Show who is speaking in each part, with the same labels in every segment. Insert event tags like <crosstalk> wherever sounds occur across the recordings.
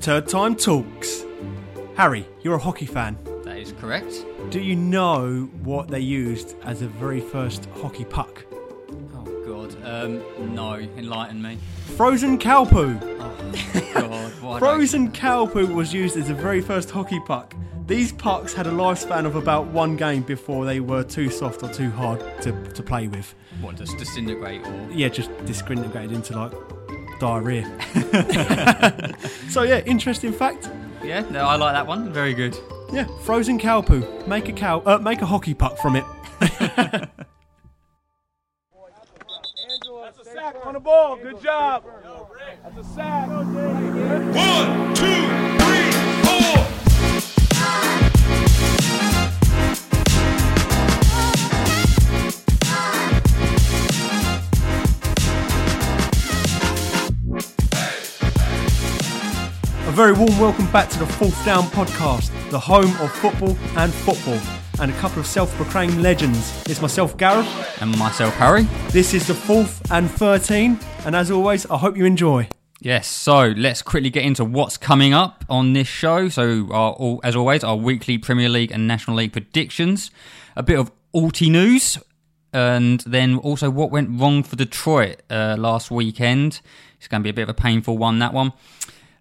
Speaker 1: Third Time Talks. Harry, you're a hockey fan.
Speaker 2: That is correct.
Speaker 1: Do you know what they used as the very first hockey puck?
Speaker 2: Oh God, um, no, enlighten me.
Speaker 1: Frozen cow poo.
Speaker 2: God, why did I-
Speaker 1: Frozen cow poo was used as the very first hockey puck. These pucks had a lifespan of about one game before they were too soft or too hard to, to play with.
Speaker 2: What does disintegrate or?
Speaker 1: yeah, just discriminated into like diarrhea. <laughs> so yeah, interesting fact.
Speaker 2: Yeah, no, I like that one. Very good.
Speaker 1: Yeah, frozen cow poo. Make a cow. Uh, make a hockey puck from it.
Speaker 3: That's a sack on the ball. Good job. That's a sack.
Speaker 4: One, two, three, four.
Speaker 1: A very warm welcome back to the Fourth Down podcast, the home of football and football, and a couple of self-proclaimed legends. It's myself, Gareth.
Speaker 2: And myself, Harry.
Speaker 1: This is the fourth and thirteen, and as always, I hope you enjoy.
Speaker 2: Yes, so let's quickly get into what's coming up on this show. So, our, all, as always, our weekly Premier League and National League predictions, a bit of alty news, and then also what went wrong for Detroit uh, last weekend. It's going to be a bit of a painful one, that one.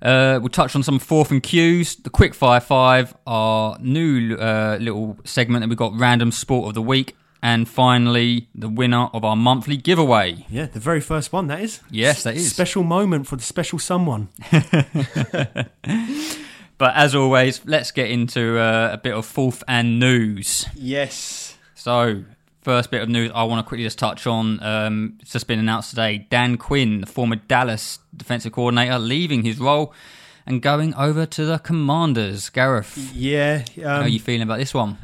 Speaker 2: Uh, we'll touch on some fourth and cues, the quick fire five, our new uh, little segment that we've got, random sport of the week, and finally the winner of our monthly giveaway.
Speaker 1: Yeah, the very first one that is.
Speaker 2: Yes, that is.
Speaker 1: Special moment for the special someone.
Speaker 2: But as always, let's get into uh, a bit of fourth and news.
Speaker 1: Yes.
Speaker 2: So, first bit of news I want to quickly just touch on. Um, it's just been announced today Dan Quinn, the former Dallas defensive coordinator, leaving his role and going over to the Commanders. Gareth,
Speaker 1: Yeah.
Speaker 2: how are
Speaker 1: Um,
Speaker 2: you feeling about this one?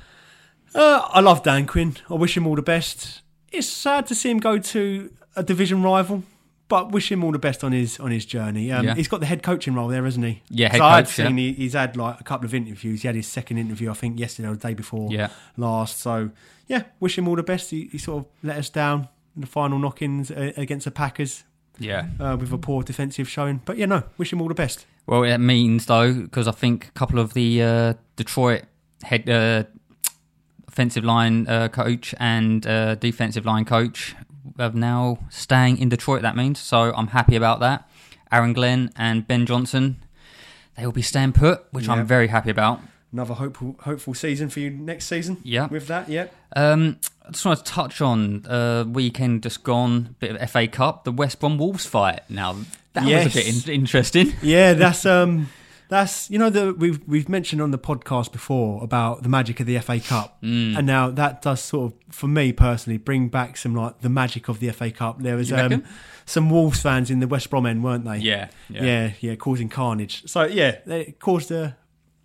Speaker 1: Uh, I love Dan Quinn. I wish him all the best. It's sad to see him go to a division rival, but wish him all the best on his on his journey. Um,
Speaker 2: Yeah.
Speaker 1: He's got the head coaching role there, hasn't he?
Speaker 2: Yeah, head
Speaker 1: So I'd
Speaker 2: coach, yeah.
Speaker 1: seen he, he's had like a couple of interviews. He had his second interview, I think, yesterday or the day before
Speaker 2: Yeah.
Speaker 1: last. So yeah, wish him all the best. He, he sort of let us down in the final knock-ins uh, against the Packers
Speaker 2: Yeah.
Speaker 1: uh, with a poor defensive showing. But yeah, no, wish him all the best.
Speaker 2: Well, that means though, because I think a couple of the uh, Detroit head uh, offensive line uh, coach and uh, defensive line coach have now staying in Detroit. That means so I'm happy about that. Aaron Glenn and Ben Johnson, they will be staying put, which
Speaker 1: Yeah.
Speaker 2: I'm very happy about.
Speaker 1: Another hopeful hopeful season for you next season.
Speaker 2: Yeah.
Speaker 1: with that, yeah.
Speaker 2: Um, I just want to touch on uh, weekend just gone, bit of FA Cup, the West Brom Wolves fight. Now that
Speaker 1: Yes.
Speaker 2: was a bit in- interesting.
Speaker 1: Yeah, that's um, that's you know the we've we've mentioned on the podcast before about the magic of the FA Cup,
Speaker 2: Mm.
Speaker 1: and now that does sort of for me personally bring back some like the magic of the FA Cup. There was
Speaker 2: You
Speaker 1: um,
Speaker 2: reckon?
Speaker 1: some Wolves fans in the West Brom end, weren't they?
Speaker 2: Yeah, yeah.
Speaker 1: yeah, yeah, causing carnage. So yeah, it caused a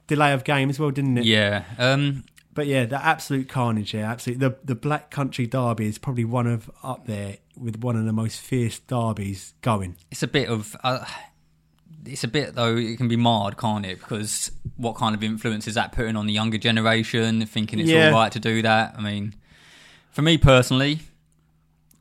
Speaker 1: delay of game as well, didn't it?
Speaker 2: Yeah. Um,
Speaker 1: But yeah, the absolute carnage. Yeah, absolutely. The the Black Country Derby is probably one of up there with one of the most fierce derbies going.
Speaker 2: it's a bit of uh, it's a bit though it can be marred can't it because what kind of influence is that putting on the younger generation thinking it's
Speaker 1: Yeah.
Speaker 2: all right to do that i mean for me personally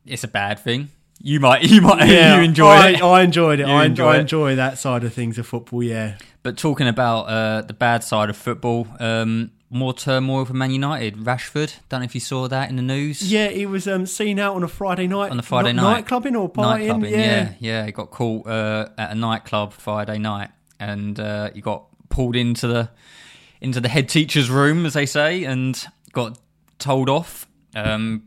Speaker 2: it's a bad thing you might <laughs> you might you enjoy
Speaker 1: I,
Speaker 2: it
Speaker 1: I enjoyed it.
Speaker 2: You
Speaker 1: I enjoy,
Speaker 2: enjoy
Speaker 1: I
Speaker 2: it.
Speaker 1: enjoy that side of things of football. Yeah,
Speaker 2: but talking about uh, the bad side of football um, more turmoil for man united rashford don't know if you saw that in the news
Speaker 1: yeah. He was um, seen out on a Friday night.
Speaker 2: on the friday
Speaker 1: not-
Speaker 2: night
Speaker 1: nightclubbing or partying.
Speaker 2: Nightclubbing,
Speaker 1: yeah.
Speaker 2: yeah, yeah. He got caught uh, at a nightclub Friday night, and uh, he got pulled into the into the head teacher's room, as they say, and got told off. Um,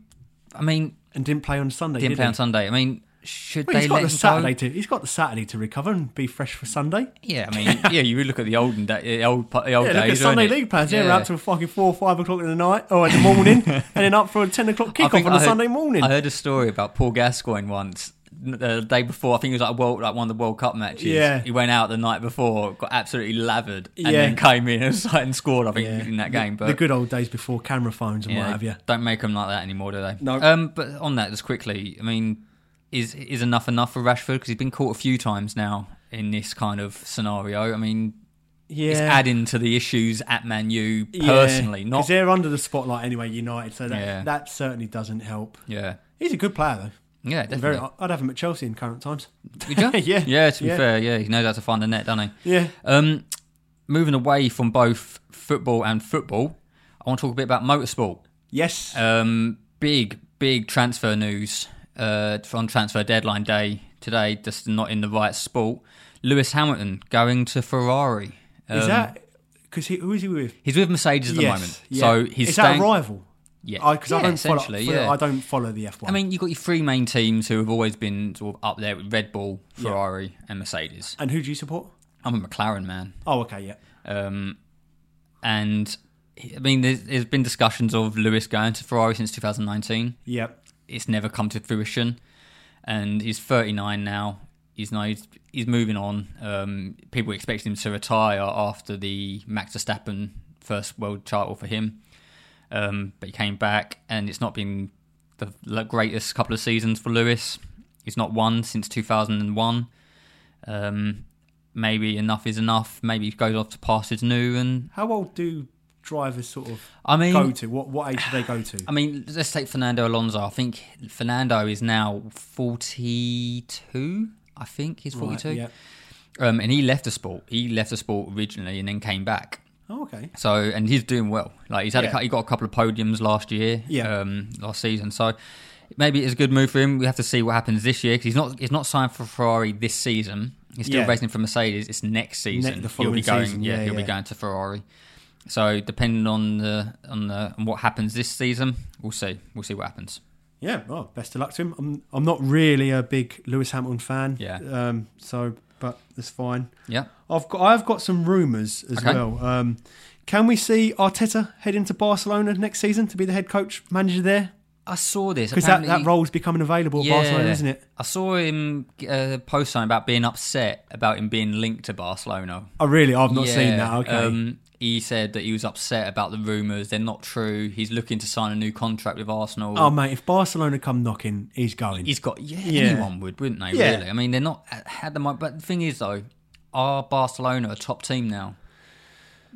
Speaker 2: I mean,
Speaker 1: and didn't play on Sunday.
Speaker 2: didn't
Speaker 1: did
Speaker 2: play
Speaker 1: he?
Speaker 2: on Sunday. I mean, should
Speaker 1: Well,
Speaker 2: they
Speaker 1: he's got
Speaker 2: let
Speaker 1: the
Speaker 2: him
Speaker 1: Saturday
Speaker 2: go?
Speaker 1: to. He's got the Saturday to recover and be fresh for Sunday.
Speaker 2: Yeah,
Speaker 1: <laughs>
Speaker 2: I mean, yeah. You look at the olden day, the old, the old
Speaker 1: Yeah,
Speaker 2: days.
Speaker 1: look at
Speaker 2: weren't
Speaker 1: Sunday
Speaker 2: it?
Speaker 1: league plans. Yeah, we're up to fucking four, five o'clock in the night or in the
Speaker 2: <laughs>
Speaker 1: morning, and then up for a ten o'clock
Speaker 2: I
Speaker 1: kickoff
Speaker 2: think
Speaker 1: on a
Speaker 2: I heard-
Speaker 1: Sunday morning.
Speaker 2: I heard a story about Paul Gascoigne once. The day before, I think it was like a world, like one of the World Cup matches.
Speaker 1: Yeah.
Speaker 2: he went out the night before, got absolutely lathered, and
Speaker 1: Yeah.
Speaker 2: then came in and, <laughs> like, and scored. I think
Speaker 1: Yeah.
Speaker 2: in that
Speaker 1: The-
Speaker 2: game, but
Speaker 1: the good old days before camera phones and
Speaker 2: yeah,
Speaker 1: what have you.
Speaker 2: don't make them like that anymore, do they?
Speaker 1: No.
Speaker 2: Um, but on that, just quickly, I mean, is is enough enough for Rashford because he's been caught a few times now in this kind of scenario. I mean,
Speaker 1: Yeah,
Speaker 2: it's adding to the issues at Man U
Speaker 1: Yeah.
Speaker 2: personally,
Speaker 1: 'Cause
Speaker 2: not
Speaker 1: they're under the spotlight anyway. United, so that
Speaker 2: Yeah.
Speaker 1: that certainly doesn't help.
Speaker 2: yeah.
Speaker 1: He's a good player though.
Speaker 2: Yeah,
Speaker 1: Very,
Speaker 2: definitely.
Speaker 1: I'd have him at Chelsea in current times.
Speaker 2: Would you?
Speaker 1: <laughs> Yeah.
Speaker 2: Yeah, to be
Speaker 1: Yeah.
Speaker 2: fair, yeah, he knows how to find the net, doesn't he?
Speaker 1: Yeah.
Speaker 2: Um, moving away from both football and football, I want to talk a bit about motorsport.
Speaker 1: Yes.
Speaker 2: Um, big, big transfer news uh, on transfer deadline day today, just not in the right sport. Lewis Hamilton going to Ferrari. Um,
Speaker 1: is that because who is he with?
Speaker 2: He's with Mercedes at the
Speaker 1: Yes,
Speaker 2: moment.
Speaker 1: yeah.
Speaker 2: So he's
Speaker 1: is
Speaker 2: staying.
Speaker 1: that a rival?
Speaker 2: Yeah,
Speaker 1: Because I,
Speaker 2: Yeah,
Speaker 1: don't follow.
Speaker 2: essentially,
Speaker 1: follow-
Speaker 2: yeah.
Speaker 1: I don't follow the F one.
Speaker 2: I mean, you've got your three main teams who have always been sort of up there with Red Bull, Ferrari, and Mercedes.
Speaker 1: and who do you support?
Speaker 2: I'm a McLaren man.
Speaker 1: Oh, okay, yeah.
Speaker 2: Um, and I mean, there's, there's been discussions of Lewis going to Ferrari since 2019.
Speaker 1: Yeah.
Speaker 2: It's never come to fruition, and he's 39 now. He's now he's, he's moving on. Um, people expect him to retire after the Max Verstappen first world title for him, um, but he came back, and it's not been the l- greatest couple of seasons for Lewis. He's not won since 2001. Um, maybe enough is enough. Maybe he goes off to pastures new, and
Speaker 1: How old do drivers sort of
Speaker 2: I mean,
Speaker 1: go to? What what age do they go to?
Speaker 2: I mean, let's take Fernando Alonso. I think Fernando is now 42. I think he's 42.
Speaker 1: Right, yeah.
Speaker 2: um, and he left the sport. He left the sport originally and then came back.
Speaker 1: Oh, okay.
Speaker 2: So, and he's doing well. Like, he's had a
Speaker 1: Yeah.
Speaker 2: cou- he got a couple of podiums last year,
Speaker 1: Yeah.
Speaker 2: um, last season. So, maybe it's a good move for him. We have to see what happens this year because he's not, he's not signed for Ferrari this season. He's still
Speaker 1: Yeah.
Speaker 2: racing for Mercedes. It's next season.
Speaker 1: the
Speaker 2: he'll
Speaker 1: following
Speaker 2: be going,
Speaker 1: season.
Speaker 2: yeah,
Speaker 1: Yeah,
Speaker 2: he'll be
Speaker 1: yeah.
Speaker 2: going to Ferrari. So, depending on the on the on what happens this season, we'll see. We'll see what happens.
Speaker 1: Yeah. Well, best of luck to him. I'm I'm not really a big Lewis Hamilton fan.
Speaker 2: Yeah.
Speaker 1: Um. So, but that's fine.
Speaker 2: Yeah.
Speaker 1: I've got I've got some rumours as
Speaker 2: Okay.
Speaker 1: well. Um, can we see Arteta heading to Barcelona next season to be the head coach manager there?
Speaker 2: I saw this
Speaker 1: Because that,
Speaker 2: Apparently-
Speaker 1: that role's becoming available at Barcelona, isn't it?
Speaker 2: I saw him uh, post something about being upset about him being linked to Barcelona.
Speaker 1: Oh, really? I've not seen
Speaker 2: Yeah,
Speaker 1: that. Okay.
Speaker 2: Um, he said that he was upset about the rumours. They're not true. He's looking to sign a new contract with Arsenal.
Speaker 1: oh, mate, if Barcelona come knocking, he's going.
Speaker 2: He's got yeah,
Speaker 1: Yeah.
Speaker 2: Anyone would, wouldn't they?
Speaker 1: Yeah.
Speaker 2: Really. I mean, they're not uh, had the money. But the thing is, though, are Barcelona a top team now?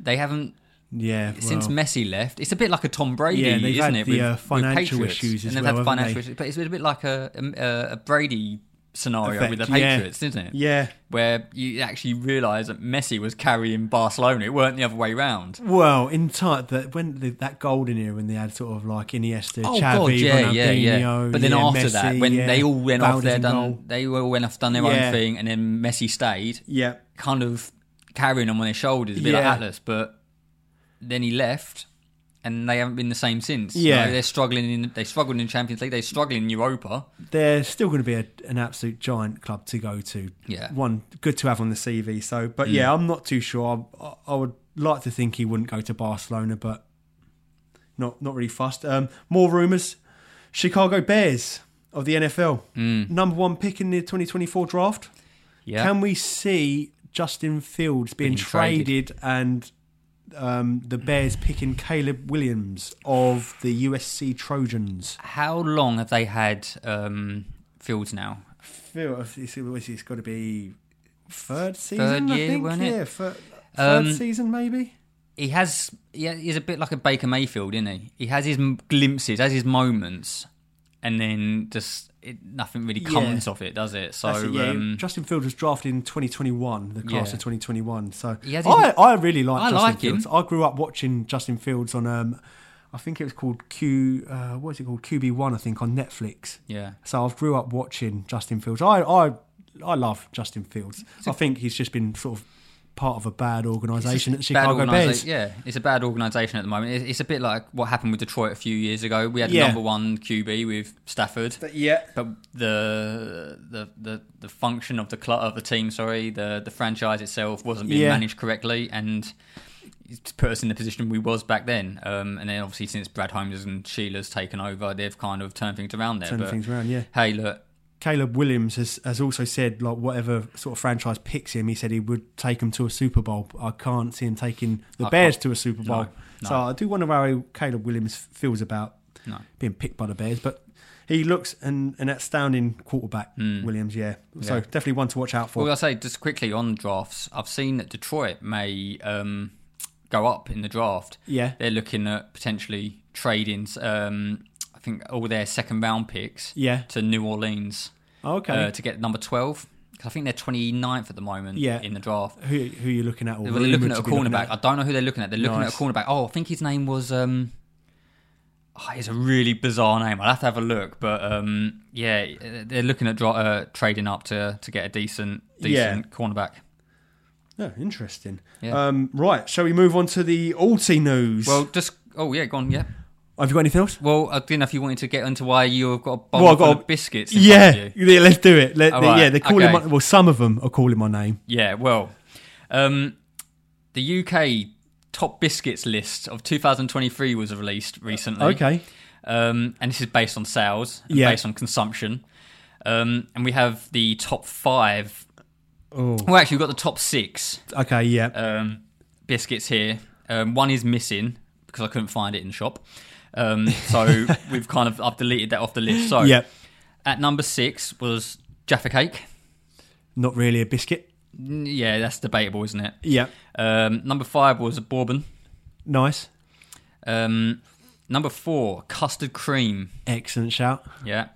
Speaker 2: They haven't
Speaker 1: yeah.
Speaker 2: since
Speaker 1: well,
Speaker 2: Messi left. It's a bit like a Tom Brady,
Speaker 1: Yeah, they've
Speaker 2: isn't
Speaker 1: had
Speaker 2: it?
Speaker 1: the, uh, financial
Speaker 2: Patriots.
Speaker 1: issues as
Speaker 2: and they've
Speaker 1: well,
Speaker 2: had
Speaker 1: haven't
Speaker 2: financial
Speaker 1: they?
Speaker 2: issues, but it's a bit like a um, uh, a Brady scenario with the
Speaker 1: effect, yeah.
Speaker 2: Patriots, isn't it?
Speaker 1: Yeah.
Speaker 2: where you actually realise that Messi was carrying Barcelona. It weren't the other way round.
Speaker 1: Well, in time that when the, that golden era when they had sort of like Iniesta, Xavi,
Speaker 2: Oh god, yeah,
Speaker 1: Ronaldinho,
Speaker 2: yeah, yeah. But then
Speaker 1: yeah,
Speaker 2: after
Speaker 1: Messi,
Speaker 2: that, when
Speaker 1: yeah,
Speaker 2: they all went off
Speaker 1: Valdes
Speaker 2: their
Speaker 1: in
Speaker 2: done,
Speaker 1: goal.
Speaker 2: they all went off done their
Speaker 1: Yeah.
Speaker 2: own thing, and then Messi stayed,
Speaker 1: yeah,
Speaker 2: kind of carrying them on their shoulders, a bit
Speaker 1: Yeah.
Speaker 2: like Atlas. But then he left, and they haven't been the same since. You
Speaker 1: Yeah.
Speaker 2: know, they're struggling. In, they struggled in Champions League. They struggled in Europa.
Speaker 1: they're still going to be a, an absolute giant club to go to.
Speaker 2: Yeah.
Speaker 1: one good to have on the CV. So, but yeah, I'm not too sure. I, I- I would like to think he wouldn't go to Barcelona, but not not really fussed. Um, more rumours: Chicago Bears of the NFL, number one pick in the 2024 draft.
Speaker 2: Yeah,
Speaker 1: Can we see Justin Fields being,
Speaker 2: Being traded.
Speaker 1: traded, and um, the Bears picking Caleb Williams of the USC Trojans?
Speaker 2: how long have they had um, Fields now?
Speaker 1: Phil, it's, it's- it's got to be third season,
Speaker 2: year,
Speaker 1: I think.
Speaker 2: wasn't it?
Speaker 1: yeah, thir- third
Speaker 2: Um,
Speaker 1: season maybe.
Speaker 2: he has yeah he's a bit like a Baker Mayfield, isn't he? He has his m- glimpses, has his moments, and then just it, nothing really
Speaker 1: Yeah.
Speaker 2: comes of it, does it? So
Speaker 1: That's it, yeah.
Speaker 2: um,
Speaker 1: Justin Fields was drafted in 2021, the class
Speaker 2: Yeah.
Speaker 1: of 2021. So
Speaker 2: He has his-
Speaker 1: I, I really like
Speaker 2: I
Speaker 1: Justin
Speaker 2: like him.
Speaker 1: Fields. I grew up watching Justin Fields on um, I think it was called Q. Uh, what is it called? QB One, I think, on Netflix.
Speaker 2: yeah,
Speaker 1: So I've grew up watching Justin Fields. I I I love Justin Fields. I think he's just been sort of part of a bad organisation at the
Speaker 2: bad
Speaker 1: Chicago
Speaker 2: organisa-
Speaker 1: Bears.
Speaker 2: Yeah, it's a bad organisation at the moment. It's, it's a bit like what happened with Detroit a few years ago. We had
Speaker 1: Yeah.
Speaker 2: number one QB with Stafford,
Speaker 1: yeah.
Speaker 2: but the the the, the function of the club of the team, sorry, the the franchise itself wasn't being
Speaker 1: Yeah.
Speaker 2: managed correctly, and it's put us in the position we was back then. Um, and then obviously since Brad Holmes and Sheila's taken over, they've kind of turned things around there.
Speaker 1: Turned
Speaker 2: but
Speaker 1: things around, yeah.
Speaker 2: Hey, look,
Speaker 1: Caleb Williams has, has also said like whatever sort of franchise picks him, he said he would take him to a Super Bowl. I can't see him taking the
Speaker 2: I
Speaker 1: Bears
Speaker 2: can't-
Speaker 1: to a Super Bowl.
Speaker 2: no.
Speaker 1: So I do wonder how Caleb Williams feels about
Speaker 2: No.
Speaker 1: being picked by the Bears, but he looks an, an outstanding quarterback, Williams. Yeah, so
Speaker 2: Hmm. Yeah.
Speaker 1: definitely one to watch out for.
Speaker 2: well, I say just quickly on drafts, I've seen that Detroit may um, go up in the draft.
Speaker 1: Yeah.
Speaker 2: they're looking at potentially trading. Um, I think all their second round picks
Speaker 1: Yeah. Oh,
Speaker 2: to New Orleans
Speaker 1: Okay.
Speaker 2: uh, to get number 12. 'Cause I think they're 29th at the moment
Speaker 1: Yeah.
Speaker 2: in the draft.
Speaker 1: who, who are you looking at? Or
Speaker 2: They're looking
Speaker 1: rumoured
Speaker 2: at
Speaker 1: to
Speaker 2: a
Speaker 1: be looking
Speaker 2: cornerback. I don't know who they're looking at. They're looking
Speaker 1: Nice.
Speaker 2: at a cornerback. Oh, I think his name was. Um, oh, it's a really bizarre name. I'll have to have a look. But um, yeah, uh, they're looking at dra- uh, trading up to to get a decent
Speaker 1: Yeah.
Speaker 2: decent cornerback.
Speaker 1: No, Oh, interesting.
Speaker 2: Yeah.
Speaker 1: Um, right, shall we move on to the Alti news?
Speaker 2: Well, just oh yeah, go on. Yeah.
Speaker 1: have you got anything else?
Speaker 2: Well, I didn't know if you wanted to get into why you've got a bowl
Speaker 1: Well, I've
Speaker 2: full
Speaker 1: got a-
Speaker 2: of biscuits. in front of
Speaker 1: Yeah,
Speaker 2: you.
Speaker 1: yeah, let's do it. Let,
Speaker 2: All
Speaker 1: they-
Speaker 2: right,
Speaker 1: Yeah, they're calling.
Speaker 2: okay.
Speaker 1: My, well, some of them are calling my name.
Speaker 2: Yeah, well, um, the UK top biscuits list of 2023 was released recently.
Speaker 1: Uh, Okay,
Speaker 2: Um, and this is based on sales, and
Speaker 1: Yeah.
Speaker 2: based on consumption. Um, and we have the top five.
Speaker 1: Oh.
Speaker 2: Well, actually, we've got the top six
Speaker 1: okay, yeah.
Speaker 2: um, biscuits here. Um, one is missing because I couldn't find it in the shop.
Speaker 1: <laughs>
Speaker 2: Um, so we've kind of I've deleted that off the list. So
Speaker 1: yeah,
Speaker 2: at number six was Jaffa Cake.
Speaker 1: not really a biscuit.
Speaker 2: N- Yeah, that's debatable, isn't it?
Speaker 1: Yeah,
Speaker 2: Um, number five was bourbon.
Speaker 1: nice,
Speaker 2: Um, number four, custard cream.
Speaker 1: excellent shout.
Speaker 2: Yeah.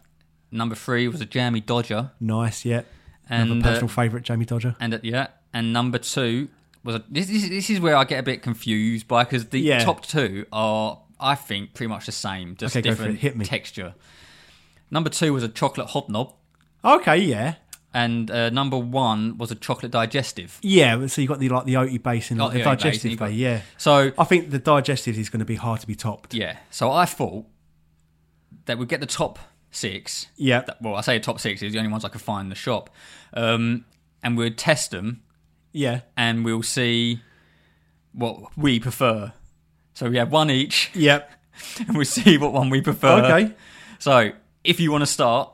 Speaker 2: Number three was a jammy dodger,
Speaker 1: Nice, yeah. Another
Speaker 2: and uh,
Speaker 1: personal favourite, Jamie Dodger.
Speaker 2: and uh, yeah, and number two was a, this, this. This is where I get a bit confused by because the
Speaker 1: Yeah.
Speaker 2: top two are, I think, pretty much the same, just
Speaker 1: Okay, go for
Speaker 2: different
Speaker 1: it. Hit me.
Speaker 2: texture. Number two was a chocolate hobnob,
Speaker 1: Okay, yeah,
Speaker 2: and uh, number one was a chocolate digestive.
Speaker 1: yeah. but So you have got the like the oaty base and
Speaker 2: Got
Speaker 1: like, the,
Speaker 2: the oaty base,
Speaker 1: digestive
Speaker 2: and
Speaker 1: base,
Speaker 2: you've got-
Speaker 1: yeah.
Speaker 2: So
Speaker 1: I think the digestive is going to be hard to be topped.
Speaker 2: Yeah. So I thought that we'd get the top six.
Speaker 1: Yeah.
Speaker 2: That- well, I say top six is the only ones I could find in the shop. Um, and we'd test them
Speaker 1: Yeah,
Speaker 2: and we'll see what we prefer. So we have one each <laughs>
Speaker 1: yeah.
Speaker 2: and we'll see what one we prefer.
Speaker 1: Okay.
Speaker 2: So if you want to start,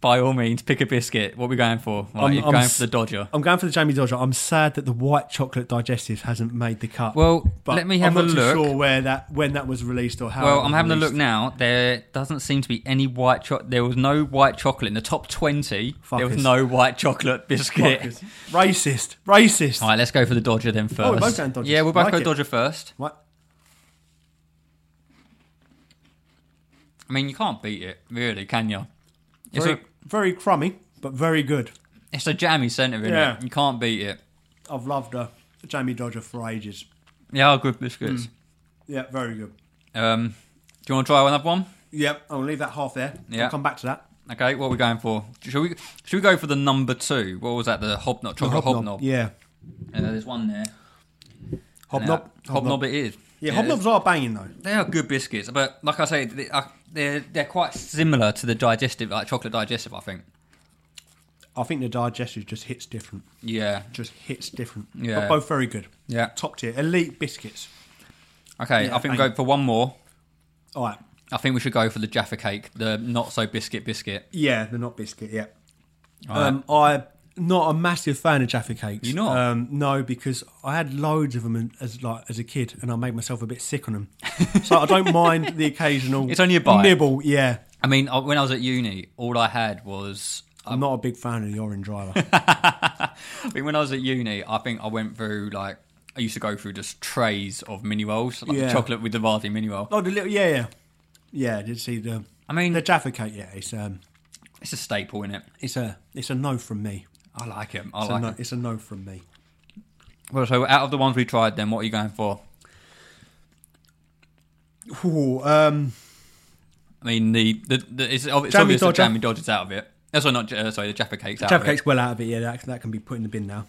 Speaker 2: by all means, pick a biscuit. What are we going for? Right,
Speaker 1: I'm-
Speaker 2: you're
Speaker 1: I'm
Speaker 2: going
Speaker 1: s-
Speaker 2: for the Dodger.
Speaker 1: I'm going for the Jamie Dodger. I'm sad that the white chocolate digestive hasn't made the cut.
Speaker 2: Well, let me have
Speaker 1: I'm
Speaker 2: a
Speaker 1: not too
Speaker 2: look.
Speaker 1: sure where that when that was released or how.
Speaker 2: Well,
Speaker 1: it was
Speaker 2: I'm having a look
Speaker 1: released.
Speaker 2: now. There doesn't seem to be any white chocolate. There was no white chocolate in the top 20. There was
Speaker 1: Fuckers.
Speaker 2: no white chocolate biscuit.
Speaker 1: Fuckers. Racist, racist.
Speaker 2: All right, let's go for the Dodger then first.
Speaker 1: we're both going Dodgers.
Speaker 2: Yeah, we'll both
Speaker 1: Like
Speaker 2: go
Speaker 1: it.
Speaker 2: Dodger first.
Speaker 1: What?
Speaker 2: I mean, you can't beat it, really, can you? It's,
Speaker 1: Very,
Speaker 2: a,
Speaker 1: very crummy, but very good.
Speaker 2: it's a jammy centre, isn't
Speaker 1: Yeah.
Speaker 2: it? You can't beat it.
Speaker 1: I've loved uh, Jamie Dodger for ages.
Speaker 2: Yeah, are good biscuits.
Speaker 1: Yeah, very good.
Speaker 2: Um, do you want to try another one?
Speaker 1: Yep, I'll leave that half there.
Speaker 2: Yeah.
Speaker 1: I'll come back to that.
Speaker 2: Okay, what are we going for? Should we should we go for the number two? What was that? The hobnob, chocolate hobnob.
Speaker 1: Yeah.
Speaker 2: Uh, there's one there.
Speaker 1: Hobnob.
Speaker 2: Now, hobnob it is.
Speaker 1: Yeah,
Speaker 2: Yeah,
Speaker 1: hobnobs are banging though.
Speaker 2: They are good biscuits, but like I say, they are, they're they're quite similar to the digestive, like chocolate digestive. I think.
Speaker 1: I think the digestive just hits different.
Speaker 2: Yeah.
Speaker 1: Just hits different.
Speaker 2: Yeah.
Speaker 1: But both very good.
Speaker 2: Yeah.
Speaker 1: Top tier. Elite biscuits.
Speaker 2: Okay,
Speaker 1: Yeah,
Speaker 2: I think we
Speaker 1: thank-
Speaker 2: go for one more.
Speaker 1: All right.
Speaker 2: I think we should go for the Jaffa cake, the not so biscuit biscuit.
Speaker 1: Yeah, they're not biscuit, yeah.
Speaker 2: right.
Speaker 1: Um, I'm not a massive fan of Jaffa cakes.
Speaker 2: You're not?
Speaker 1: Um, no, because I had loads of them as like as a kid, and I made myself a bit sick on them. so I <laughs> don't mind the occasional.
Speaker 2: It's only a bite.
Speaker 1: nibble. Yeah,
Speaker 2: I mean, I- when I was at uni, all I had was.
Speaker 1: I'm not a big fan of the orange either.
Speaker 2: I mean, when I was at uni, I think I went through like I used to go through just trays of mini rolls, like
Speaker 1: Yeah.
Speaker 2: the chocolate with the Vardy mini roll.
Speaker 1: oh, the little yeah, yeah, yeah. I did see the.
Speaker 2: I mean,
Speaker 1: The Jaffa cake, yeah, it's um,
Speaker 2: it's a staple in it.
Speaker 1: it's a it's a no from me.
Speaker 2: I like him. I
Speaker 1: It's,
Speaker 2: like
Speaker 1: a, no,
Speaker 2: him.
Speaker 1: it's a no from me.
Speaker 2: Well, so out of the ones we tried, then what are you going for?
Speaker 1: Ooh, um,
Speaker 2: I mean, the the, the it's, ob- it's
Speaker 1: Jammy
Speaker 2: obvious that
Speaker 1: Dodger.
Speaker 2: Jammy Dodger's out of it. Oh, sorry, not J- uh, sorry, the Jaffa Cake's out
Speaker 1: Jaffa
Speaker 2: of it.
Speaker 1: cake's well out of it. Yeah, that, that can be put in the bin now.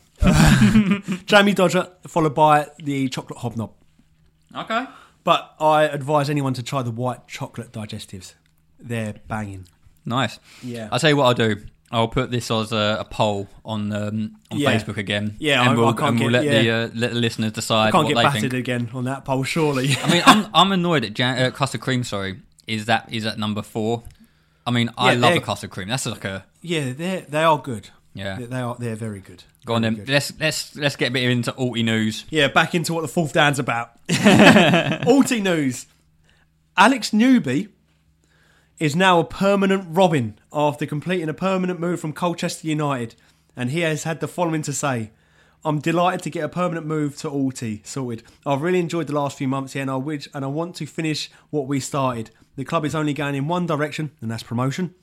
Speaker 1: <laughs> Jamie Dodger followed by the chocolate hobnob.
Speaker 2: Okay.
Speaker 1: But I advise anyone to try the white chocolate digestives. They're banging.
Speaker 2: Nice.
Speaker 1: Yeah.
Speaker 2: I'll tell you what I'll do. I'll put this as a, a poll on um, on
Speaker 1: Yeah.
Speaker 2: Facebook again.
Speaker 1: Yeah,
Speaker 2: and
Speaker 1: I-
Speaker 2: we'll,
Speaker 1: I can't
Speaker 2: and we'll
Speaker 1: get-
Speaker 2: let
Speaker 1: yeah.
Speaker 2: the uh, let the listeners decide
Speaker 1: Can't
Speaker 2: what
Speaker 1: get
Speaker 2: they
Speaker 1: battered
Speaker 2: think.
Speaker 1: again on that poll, surely.
Speaker 2: <laughs> I mean, I'm I'm annoyed at jam, uh, custard cream. Sorry, is that is that number four? I mean, I
Speaker 1: Yeah,
Speaker 2: love a
Speaker 1: they're-
Speaker 2: custard cream. That's like a
Speaker 1: yeah, they they are good.
Speaker 2: Yeah.
Speaker 1: they, they are. They're very good.
Speaker 2: go on
Speaker 1: Very
Speaker 2: then.
Speaker 1: good.
Speaker 2: Let's let's let's get a bit into alty news.
Speaker 1: Yeah, back into what the fourth down's
Speaker 2: <laughs>
Speaker 1: about. <laughs> Alti news. Alex Newby is now a permanent Robin after completing a permanent move from Colchester United, and he has had the following to say. I'm delighted to get a permanent move to Alty sorted. I've really enjoyed the last few months here, and I wish and I want to finish what we started. The club is only going in one direction, and that's promotion.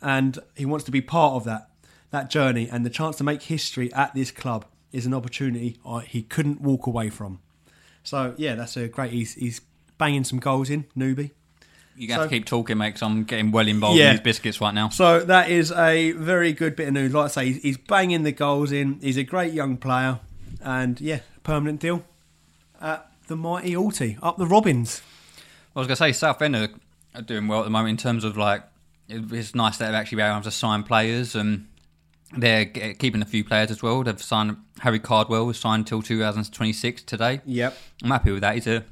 Speaker 1: And he wants to be part of that that journey, and the chance to make history at this club is an opportunity I- he couldn't walk away from. So yeah, that's a great. He's, he's banging some goals in, newbie.
Speaker 2: You have to
Speaker 1: So-
Speaker 2: keep talking, mate, 'cause I'm getting well involved
Speaker 1: Yeah.
Speaker 2: in these biscuits right now.
Speaker 1: So that is a very good bit of news. Like I say, he's- he's banging the goals in. He's a great young player, and yeah, permanent deal at the mighty Alty up the Robins.
Speaker 2: I was going to say Southend are, are doing well at the moment in terms of like it- it's nice that they've actually been able to sign players and they're ge- keeping a few players as well. They've signed Harry Cardwell was signed till 2026 today.
Speaker 1: <laughs> Yep.
Speaker 2: I'm happy with that. He's a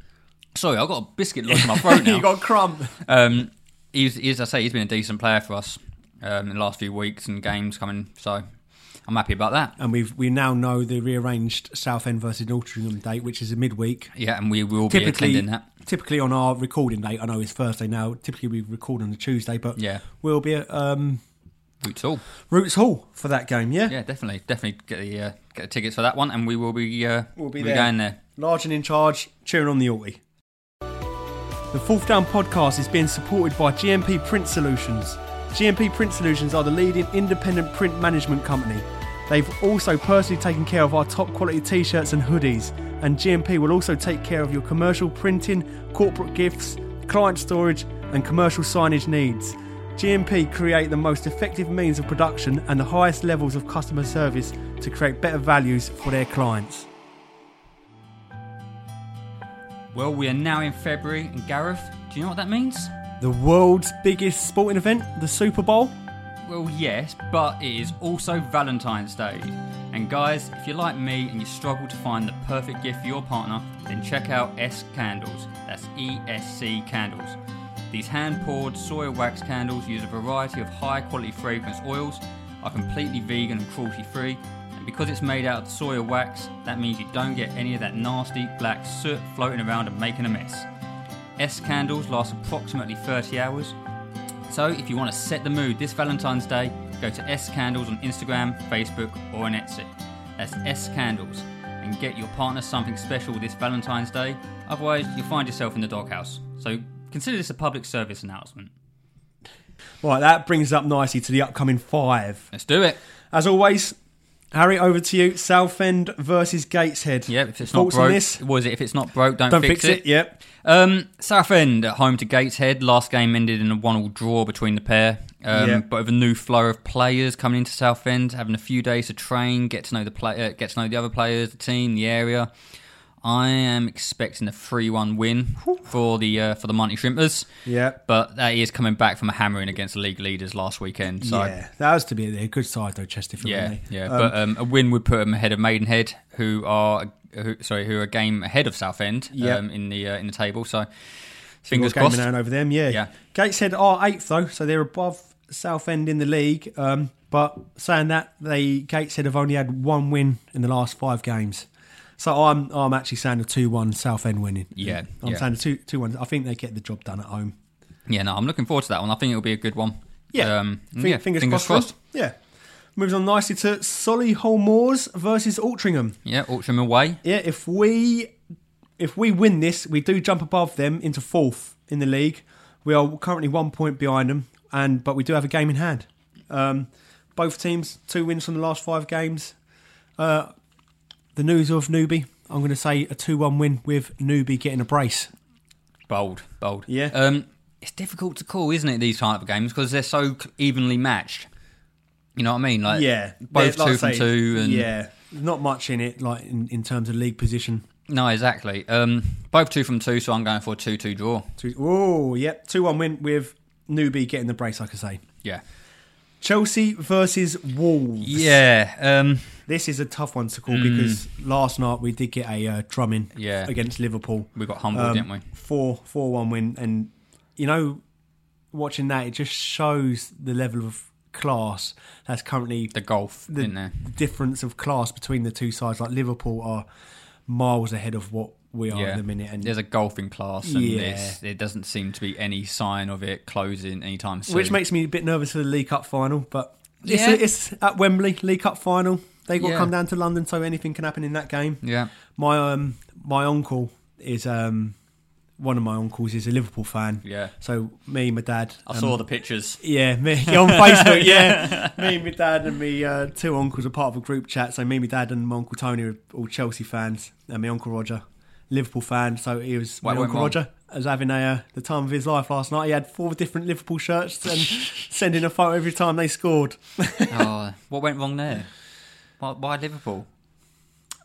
Speaker 2: sorry, I've got a biscuit lodged in my
Speaker 1: <laughs>
Speaker 2: throat now.
Speaker 1: you got crumb.
Speaker 2: um, he's, he is- as I say, he's been a decent player for us um, in the last few weeks and games coming. So I'm happy about that.
Speaker 1: And we've we now know the rearranged Southend versus Altrincham date, which is a midweek.
Speaker 2: Yeah, and we will be
Speaker 1: Typically,
Speaker 2: attending that.
Speaker 1: typically on our recording date. I know it's Thursday now. Typically we record on a Tuesday, but
Speaker 2: Yeah.
Speaker 1: we'll be at um,
Speaker 2: It's all.
Speaker 1: Roots Hall for that game. Yeah,
Speaker 2: Yeah, definitely, definitely get the uh, get the tickets for that one, and we will be uh,
Speaker 1: We'll be
Speaker 2: we'll
Speaker 1: there.
Speaker 2: going there.
Speaker 1: large and in charge, cheering on the Alty. The Fourth Down podcast is being supported by GMP Print Solutions. GMP Print Solutions are the leading independent print management company. They've also personally taken care of our top quality t shirts and hoodies, and GMP will also take care of your commercial printing, corporate gifts, client storage, and commercial signage needs. GMP create the most effective means of production and the highest levels of customer service to create better values for their clients.
Speaker 2: Well, we are now in February, and Gareth, do you know what that means?
Speaker 1: The world's biggest sporting event, the Super Bowl.
Speaker 2: Well, yes, but it is also Valentine's Day. And guys, if you're like me and you struggle to find the perfect gift for your partner, then check out S Candles. That's E S C Candles. These hand poured soil wax candles use a variety of high quality fragrance oils, are completely vegan and cruelty free, and because it's made out of soil wax, that means you don't get any of that nasty black soot floating around and making a mess. S Candles last approximately 30 hours so if you want to set the mood this Valentine's Day, go to S Candles on Instagram, Facebook, or on Etsy. That's S Candles, and get your partner something special this Valentine's Day. Otherwise, you'll find yourself in the doghouse. So consider this a public service announcement.
Speaker 1: Right, that brings us up nicely to the upcoming five.
Speaker 2: Let's do it.
Speaker 1: As always, Harry, over to you. Southend versus Gateshead.
Speaker 2: Yeah, if it's
Speaker 1: Thoughts
Speaker 2: not broke,
Speaker 1: on this?
Speaker 2: what is it? If it's not broke, don't,
Speaker 1: Don't fix it. Yep.
Speaker 2: Um, Southend at home to Gateshead. Last game ended in a one-all draw between the pair. Um,
Speaker 1: Yeah.
Speaker 2: But with a new flow of players coming into Southend, having a few days to train, get to know the play, uh, get to know the other players, the team, the area. I am expecting a three-one win for the uh, for the Monty Shrimpers.
Speaker 1: Yeah.
Speaker 2: but that is coming back from a hammering against the league leaders last weekend. So
Speaker 1: yeah, that was to be a good side though, Chesterfield.
Speaker 2: yeah,
Speaker 1: wasn't it?
Speaker 2: yeah.
Speaker 1: Um,
Speaker 2: but um, a win would put them ahead of Maidenhead, who are who, sorry, who are a game ahead of Southend
Speaker 1: Yep.
Speaker 2: um, in the uh, in the table. So
Speaker 1: we're
Speaker 2: fingers
Speaker 1: gaming
Speaker 2: crossed.
Speaker 1: down over them. Yeah.
Speaker 2: Yeah.
Speaker 1: Gateshead are eighth though, so they're above Southend in the league. Um, but saying that, they Gateshead have only had one win in the last five games. So I'm I'm actually saying a two-one Southend winning.
Speaker 2: Yeah,
Speaker 1: I'm
Speaker 2: yeah.
Speaker 1: saying a two two one. I think they get the job done at home.
Speaker 2: Yeah, no, I'm looking forward to that one. I think it'll be a good one.
Speaker 1: Yeah.
Speaker 2: um,
Speaker 1: Fing-
Speaker 2: yeah,
Speaker 1: fingers, crossed. for them. Yeah. Moves on nicely to Solihull Moors versus Altrincham.
Speaker 2: Yeah, Altrincham away.
Speaker 1: Yeah, if we if we win this, we do jump above them into fourth in the league. We are currently one point behind them, and but we do have a game in hand. Um, both teams two wins from the last five games. Uh, the news of newbie, I'm going to say a two-one win with newbie getting a brace.
Speaker 2: Bold, bold.
Speaker 1: Yeah.
Speaker 2: Um, it's difficult to call, isn't it? These type of games because they're so c- evenly matched. You know what I mean? Like both
Speaker 1: like I
Speaker 2: two from
Speaker 1: say,
Speaker 2: two, and
Speaker 1: yeah, not much in it, like in, in terms of league position.
Speaker 2: no, exactly. Um, both two from two, so I'm going for a two-two draw.
Speaker 1: Two, oh, yep. 2 1 win with newbie getting the brace, like I say.
Speaker 2: Yeah,
Speaker 1: Chelsea versus Wolves.
Speaker 2: yeah. Um,
Speaker 1: This is a tough one to call because last night we did get a uh, drumming
Speaker 2: Hmm. Yeah.
Speaker 1: against Liverpool.
Speaker 2: we got humbled,
Speaker 1: Um,
Speaker 2: didn't we?
Speaker 1: 4 4 1 win. And, you know, watching that, it just shows the level of class that's currently
Speaker 2: The golf, didn't there?
Speaker 1: the difference of class between the two sides. Like Liverpool are miles ahead of what we are
Speaker 2: Yeah,
Speaker 1: at Oh, the minute. And
Speaker 2: there's a golfing class, and
Speaker 1: Yeah.
Speaker 2: this there doesn't seem to be any sign of it closing anytime soon.
Speaker 1: which makes me a bit nervous for the League Cup final. But it's,
Speaker 2: Yeah.
Speaker 1: it's at Wembley, League Cup final. They got
Speaker 2: Yeah.
Speaker 1: come down to London, so anything can happen in that game.
Speaker 2: Yeah.
Speaker 1: My um my uncle is um one of my uncles is a Liverpool fan.
Speaker 2: Yeah.
Speaker 1: So me, my dad,
Speaker 5: I
Speaker 1: um,
Speaker 5: saw the pictures.
Speaker 1: <laughs> yeah, me on
Speaker 2: <laughs>
Speaker 1: Facebook. yeah, me, my dad, and me uh, two uncles are part of a group chat. So me, my dad, and my uncle Tony are all Chelsea fans, and my uncle Roger, Liverpool fan. So he was my
Speaker 2: Wait, wait,
Speaker 1: uncle
Speaker 2: Mom.
Speaker 1: Roger was having a uh, the time of his life last night. He had four different Liverpool shirts
Speaker 2: <laughs>
Speaker 1: and sending a photo every time they scored.
Speaker 2: oh, what went wrong there? Why, why Liverpool?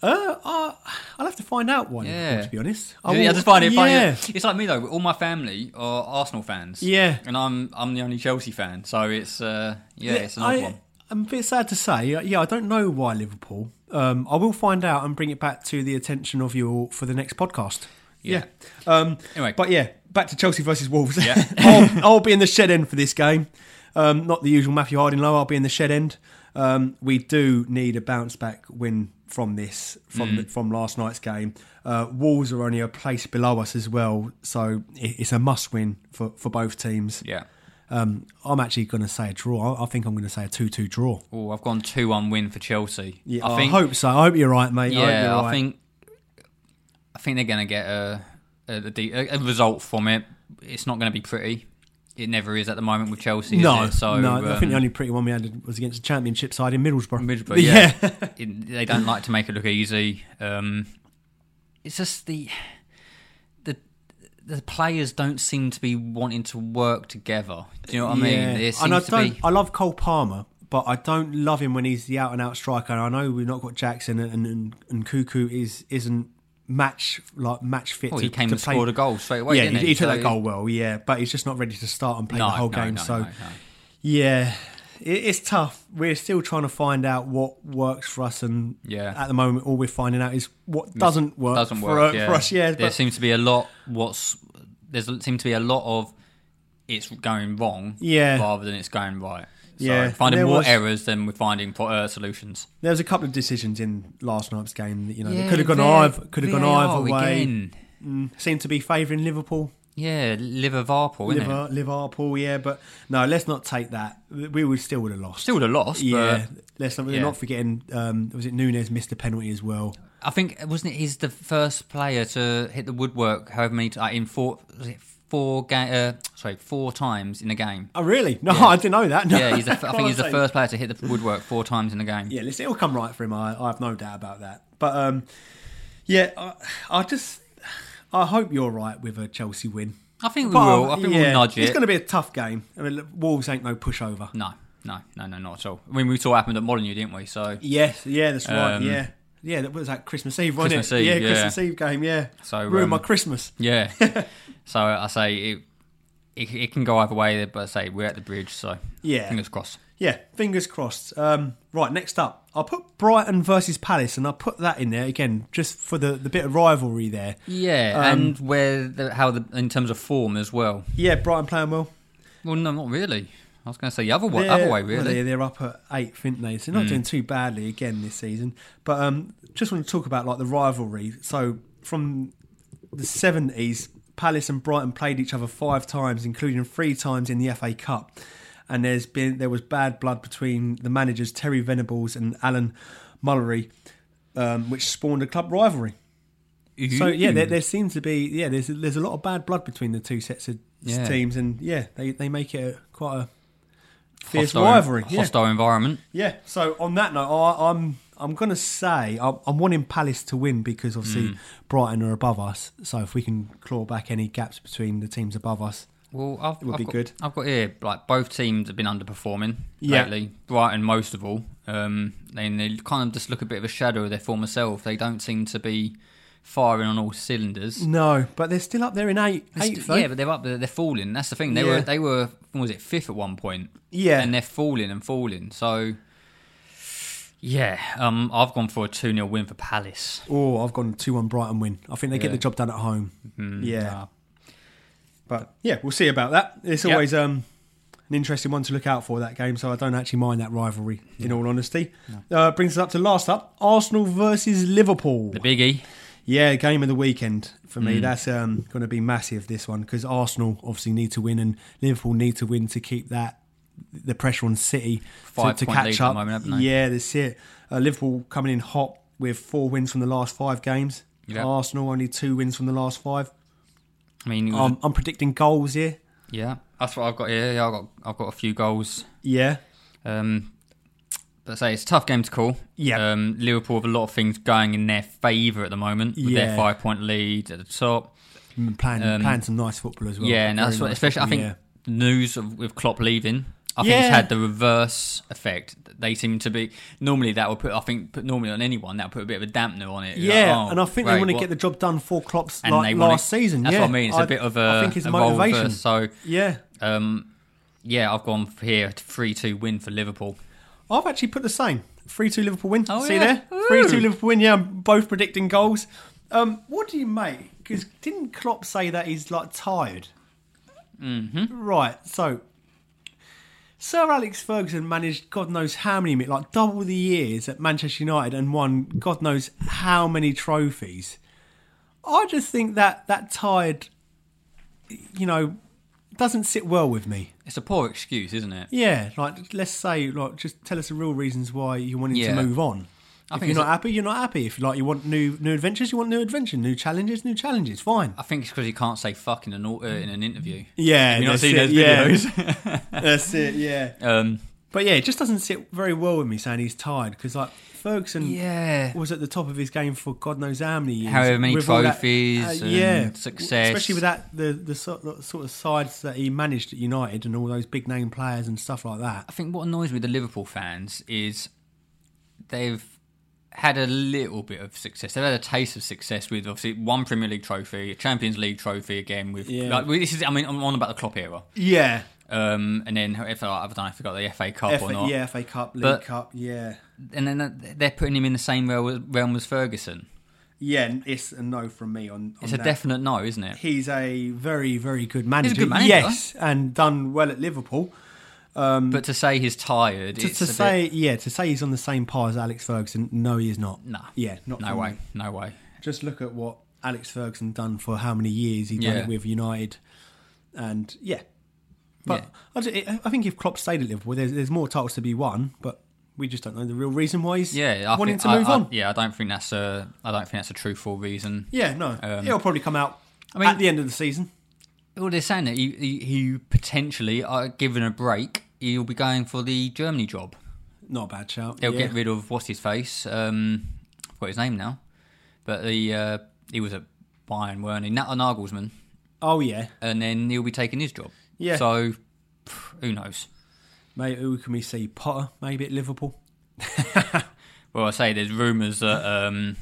Speaker 1: Uh, uh, I'll have to find out one.
Speaker 2: Yeah.
Speaker 1: to be honest,
Speaker 2: I,
Speaker 1: will-
Speaker 2: just find it funny.
Speaker 1: Oh, Yeah.
Speaker 2: It's like me though. All my family are Arsenal fans.
Speaker 1: Yeah.
Speaker 2: and I'm I'm the only Chelsea fan. So it's uh, yeah, it's an odd
Speaker 1: I,
Speaker 2: one.
Speaker 1: I'm a bit sad to say. uh, Yeah, I don't know why Liverpool. Um, I will find out and bring it back to the attention of you all for the next podcast.
Speaker 2: Yeah.
Speaker 1: Um,
Speaker 2: Anyway.
Speaker 1: but yeah, back to Chelsea versus Wolves.
Speaker 2: Yeah.
Speaker 1: <laughs> I'll, I'll be in the shed end for this game. Um, not the usual Matthew Harding low. I'll be in the shed end. Um, we do need a bounce back win from this from
Speaker 2: Mm-hmm.
Speaker 1: the, from last night's game. Uh, Wolves are only a place below us as well, so it, it's a must win for, for both teams.
Speaker 2: Yeah.
Speaker 1: Um, I'm actually going to say a draw. I, I think I'm going to say a 2 2 draw.
Speaker 2: Oh, I've gone two one win for Chelsea.
Speaker 1: Yeah, Oh,
Speaker 2: I
Speaker 1: I,
Speaker 2: think.
Speaker 1: hope so. I hope you're right, mate. I hope
Speaker 2: yeah,
Speaker 1: you're
Speaker 2: I,
Speaker 1: right.
Speaker 2: think. I think they're going to get a a, de- a a result from it. It's not going to be pretty. It never is at the moment with Chelsea. is
Speaker 1: No,
Speaker 2: it? so
Speaker 1: no. I think
Speaker 2: um,
Speaker 1: the only pretty one we had was against the championship side in Middlesbrough. <laughs>
Speaker 2: Middlesbrough, yeah. It- they don't like to make it look easy. Um, it's just the the the players don't seem to be wanting to work together. Do you know what I mean? There
Speaker 1: and I
Speaker 2: seems to
Speaker 1: don't.
Speaker 2: be.
Speaker 1: I love Cole Palmer, but I don't love him when he's the out and out striker. And I know we've not got Jackson, and and, and, and Cuckoo is isn't match like match fit.
Speaker 2: Well,
Speaker 1: to,
Speaker 2: he came
Speaker 1: to
Speaker 2: and
Speaker 1: play.
Speaker 2: scored a goal straight away.
Speaker 1: yeah,
Speaker 2: didn't
Speaker 1: he,
Speaker 2: he,
Speaker 1: he took
Speaker 2: So
Speaker 1: that goal well. Yeah, but he's just not ready to start and play
Speaker 2: No,
Speaker 1: the whole
Speaker 2: no,
Speaker 1: game.
Speaker 2: no,
Speaker 1: so
Speaker 2: no, no.
Speaker 1: yeah, it, it's tough. We're still trying to find out what works for us, and
Speaker 2: Yeah.
Speaker 1: at the moment, all we're finding out is what doesn't work.
Speaker 2: doesn't
Speaker 1: for,
Speaker 2: work
Speaker 1: uh,
Speaker 2: yeah.
Speaker 1: for us. Yeah,
Speaker 2: there
Speaker 1: but
Speaker 2: seems to be a lot. What's there seems to be a lot of it's going wrong.
Speaker 1: Yeah.
Speaker 2: rather than it's going right. So
Speaker 1: Yeah.
Speaker 2: finding
Speaker 1: There
Speaker 2: more
Speaker 1: was-
Speaker 2: errors than we're finding pro- uh, solutions.
Speaker 1: there was a couple of decisions in last night's game that you know that
Speaker 2: Yeah,
Speaker 1: could have gone
Speaker 2: V-
Speaker 1: either could have gone
Speaker 2: VAR
Speaker 1: either way.
Speaker 2: again.
Speaker 1: Seemed to be favouring Liverpool.
Speaker 2: Yeah, Liverpool, isn't it?
Speaker 1: Liver, Liverpool, yeah, but no, let's not take that. We would still would have lost.
Speaker 2: Still would have lost,
Speaker 1: yeah.
Speaker 2: but
Speaker 1: Let's not,
Speaker 2: yeah.
Speaker 1: we're not forgetting. Um, was it Nunes missed a penalty as well?
Speaker 2: I think wasn't it? He's the first player to hit the woodwork. However many like in four, was it four ga- uh, sorry, four times in a
Speaker 1: <laughs>
Speaker 2: game.
Speaker 1: Oh, really? No, I didn't know that. No.
Speaker 2: Yeah, he's the, f- I think he's
Speaker 1: <laughs>
Speaker 2: the
Speaker 1: Can't say.
Speaker 2: first player to hit the woodwork four times in a game.
Speaker 1: Yeah, listen, it'll come right for him. I, I have no doubt about that. But um, yeah, I, I just I hope you're right with a Chelsea win.
Speaker 2: I think we
Speaker 1: But,
Speaker 2: will. I
Speaker 1: um,
Speaker 2: think
Speaker 1: yeah,
Speaker 2: we'll nudge
Speaker 1: It's
Speaker 2: it.
Speaker 1: going to be a tough game. I mean, look, Wolves ain't no pushover.
Speaker 2: No, no, no, no, not at all. I mean, we saw what happened at Molyneux, didn't we? So,
Speaker 1: Yes, yeah, that's right.
Speaker 2: Um,
Speaker 1: yeah, yeah, that was that Christmas Eve, wasn't
Speaker 2: Christmas
Speaker 1: it?
Speaker 2: Eve,
Speaker 1: yeah,
Speaker 2: yeah.
Speaker 1: Christmas Eve game. Yeah,
Speaker 2: So,
Speaker 1: ruined
Speaker 2: um,
Speaker 1: my Christmas.
Speaker 2: yeah. <laughs> so I say it, it. It can go either way, but I say we're at the bridge. So
Speaker 1: Yeah.
Speaker 2: fingers crossed.
Speaker 1: Yeah, fingers crossed. Um, right, next up, I'll put Brighton versus Palace, and I'll put that in there again just for the, the bit of rivalry there.
Speaker 2: Yeah,
Speaker 1: Um,
Speaker 2: and where the, how the, in terms of form as well.
Speaker 1: Yeah, Brighton playing well.
Speaker 2: Well, no, not really. I was going to say the other way,
Speaker 1: They're-
Speaker 2: other way,
Speaker 1: well,
Speaker 2: really. Hmm.
Speaker 1: they're, they're up at eighth, aren't they? So they're not doing too badly again this season. But um, just want to talk about like the rivalry. So from the seventies, Palace and Brighton played each other five times, including three times in the FA Cup. And there's been there was bad blood between the managers Terry Venables and Alan Mullery, um, which spawned a club rivalry. So yeah,
Speaker 2: Hmm.
Speaker 1: there, there seems to be yeah, there's there's a lot of bad blood between the two sets of
Speaker 2: Yeah.
Speaker 1: teams, and yeah, they they make it a, quite a fierce
Speaker 2: hostile,
Speaker 1: rivalry. Yeah.
Speaker 2: hostile environment.
Speaker 1: yeah. So on that note, I, I'm I'm gonna say I'm, I'm wanting Palace to win because obviously
Speaker 2: Hmm.
Speaker 1: Brighton are above us. So if we can claw back any gaps between the teams above us,
Speaker 2: Well, I've,
Speaker 1: would
Speaker 2: I've
Speaker 1: be
Speaker 2: got,
Speaker 1: good.
Speaker 2: I've got here like both teams have been underperforming
Speaker 1: Yeah.
Speaker 2: lately. Brighton, most of all, um, and they kind of just look a bit of a shadow of their former self. They don't seem to be firing on all cylinders.
Speaker 1: no, but they're still up there in eight, eighth. though.
Speaker 2: yeah, but they're up. They're they're falling. That's the thing. They were
Speaker 1: Yeah.
Speaker 2: they were what was it fifth at one point?
Speaker 1: Yeah.
Speaker 2: and they're falling and falling. So. Yeah, um, I've gone for a 2 0 win for Palace.
Speaker 1: Oh, I've gone two one Brighton win. I think they get
Speaker 2: Yeah. Hmm.
Speaker 1: the job done at home. yeah,
Speaker 2: nah.
Speaker 1: but yeah, we'll see about that. It's
Speaker 2: Yep.
Speaker 1: always um, an interesting one to look out for that game. So I don't actually mind that rivalry. In all honesty, uh, brings us up to last up: Arsenal versus Liverpool.
Speaker 2: The biggie.
Speaker 1: Yeah, game of the weekend for
Speaker 2: Hmm.
Speaker 1: me. That's um, going to be massive this one because Arsenal obviously need to win and Liverpool need to win to keep that the pressure on City to,
Speaker 2: Five
Speaker 1: to
Speaker 2: point lead
Speaker 1: catch
Speaker 2: at the
Speaker 1: up.
Speaker 2: moment, haven't they?
Speaker 1: yeah, that's it. Uh, Liverpool coming in hot with four wins from the last five games.
Speaker 2: Yeah.
Speaker 1: Arsenal only two wins from the last five.
Speaker 2: I mean, it was,
Speaker 1: Um, I'm predicting goals here.
Speaker 2: yeah, that's what I've got here. Yeah, I've got I've got a few goals.
Speaker 1: Yeah.
Speaker 2: Um, but say it's a tough game to call.
Speaker 1: Yeah.
Speaker 2: Um, Liverpool have a lot of things going in their favour at the moment with
Speaker 1: Yeah.
Speaker 2: their five point lead at the top.
Speaker 1: Mm, Playing,
Speaker 2: Um,
Speaker 1: playing some nice football as well.
Speaker 2: yeah, and
Speaker 1: Very
Speaker 2: that's what,
Speaker 1: nice
Speaker 2: especially I
Speaker 1: football,
Speaker 2: think news of, with Klopp leaving. I think
Speaker 1: Yeah.
Speaker 2: it's had the reverse effect. They seem to be normally that would put I think put normally on anyone that would put a bit of a dampener on it.
Speaker 1: Yeah,
Speaker 2: Like,
Speaker 1: yeah
Speaker 2: oh,
Speaker 1: and I think
Speaker 2: great,
Speaker 1: they want to
Speaker 2: what-
Speaker 1: get the job done for Klopp's
Speaker 2: and
Speaker 1: like
Speaker 2: they
Speaker 1: last
Speaker 2: wanna-
Speaker 1: season.
Speaker 2: That's
Speaker 1: yeah.
Speaker 2: what I mean. It's a bit of a
Speaker 1: I think it's
Speaker 2: a
Speaker 1: motivation.
Speaker 2: motivation. So
Speaker 1: yeah,
Speaker 2: um, yeah, I've gone for here three two win for Liverpool.
Speaker 1: I've actually put the same. 3 2 Liverpool win.
Speaker 2: Oh,
Speaker 1: See
Speaker 2: yeah.
Speaker 1: there? 3 2 Liverpool win. Yeah, I'm both predicting goals. Um, what do you make? Because didn't Klopp say that he's like tired? Mm-hmm. Right, so Sir Alex Ferguson managed God knows how many, mi- like double the years at Manchester United and won God knows how many trophies. I just think that that tired, you know, doesn't sit well with me.
Speaker 2: It's a poor excuse, isn't it?
Speaker 1: Yeah, like let's say, like just tell us the real reasons why you wanted
Speaker 2: Yeah.
Speaker 1: to move on.
Speaker 2: I
Speaker 1: if
Speaker 2: think
Speaker 1: you're
Speaker 2: it's
Speaker 1: not
Speaker 2: a-
Speaker 1: happy, you're not happy. If like you want new new adventures, you want new adventure, new challenges, new challenges. Fine.
Speaker 2: I think it's because you can't say fuck in an au- uh, in an interview.
Speaker 1: Yeah,
Speaker 2: Have you not
Speaker 1: that's
Speaker 2: seen
Speaker 1: it,
Speaker 2: those
Speaker 1: yeah.
Speaker 2: videos?
Speaker 1: <laughs>
Speaker 2: <laughs>
Speaker 1: That's it. Yeah.
Speaker 2: um,
Speaker 1: But yeah, it just doesn't sit very well with me saying he's tired because like Ferguson
Speaker 2: yeah,
Speaker 1: was at the top of his game for God knows how many years.
Speaker 2: However many
Speaker 1: with all that- uh,
Speaker 2: trophies and success.
Speaker 1: Especially with that the the sort sort of sides that he managed at United and all those big name players and stuff like that.
Speaker 2: I think what annoys me with the Liverpool fans is they've had a little bit of success. They've had a taste of success with obviously one Premier League trophy, a Champions League trophy again. With
Speaker 1: Yeah.
Speaker 2: like we- this is, I mean, I'm on about the Klopp era,
Speaker 1: Yeah.
Speaker 2: um, and then if I, I don't know, I forgot the FA Cup or
Speaker 1: F-
Speaker 2: not,
Speaker 1: yeah, FA Cup, League
Speaker 2: But-
Speaker 1: Cup, yeah.
Speaker 2: and then uh, they're putting him in the same real- realm as Ferguson.
Speaker 1: Yeah, n- it's a no from me on. on
Speaker 2: It's a
Speaker 1: that.
Speaker 2: definite no, isn't it?
Speaker 1: He's a very, very good manager.
Speaker 2: good manager.
Speaker 1: Yes, and done well at Liverpool.
Speaker 2: but to say he's tired,
Speaker 1: To,
Speaker 2: it's
Speaker 1: to
Speaker 2: a bit-
Speaker 1: say, yeah, to say he's on the same par as Alex Ferguson, no, he is not.
Speaker 2: No.
Speaker 1: yeah, not
Speaker 2: no
Speaker 1: from
Speaker 2: way,
Speaker 1: me.
Speaker 2: no way.
Speaker 1: Just look at what Alex Ferguson done for how many years he done
Speaker 2: Yeah.
Speaker 1: it with United, and yeah. But
Speaker 2: Yeah.
Speaker 1: I, ju- I- I think if Klopp stayed at Liverpool, there's, there's more titles to be won, but we just don't know the real reason why he's
Speaker 2: Yeah, I
Speaker 1: wanting
Speaker 2: think,
Speaker 1: to move
Speaker 2: I, I-
Speaker 1: on.
Speaker 2: yeah, I don't think that's a, I don't think that's a truthful reason.
Speaker 1: yeah, no,
Speaker 2: Um,
Speaker 1: it'll probably come out
Speaker 2: I mean-
Speaker 1: at the end of the season.
Speaker 2: Well, they're saying that he, he, he potentially, uh, given a break, he'll be going for the Germany job.
Speaker 1: Not a bad shout.
Speaker 2: They'll
Speaker 1: yeah.
Speaker 2: get rid of what's his face. Um, I forgot his name now, but the uh, he was at Bayern, weren't he? Nat Nagelsmann,
Speaker 1: Oh yeah,
Speaker 2: and then he'll be taking his job.
Speaker 1: Yeah.
Speaker 2: So pff, who knows?
Speaker 1: Maybe who can we see? Potter, maybe at Liverpool.
Speaker 2: Well, I say there's rumours that um,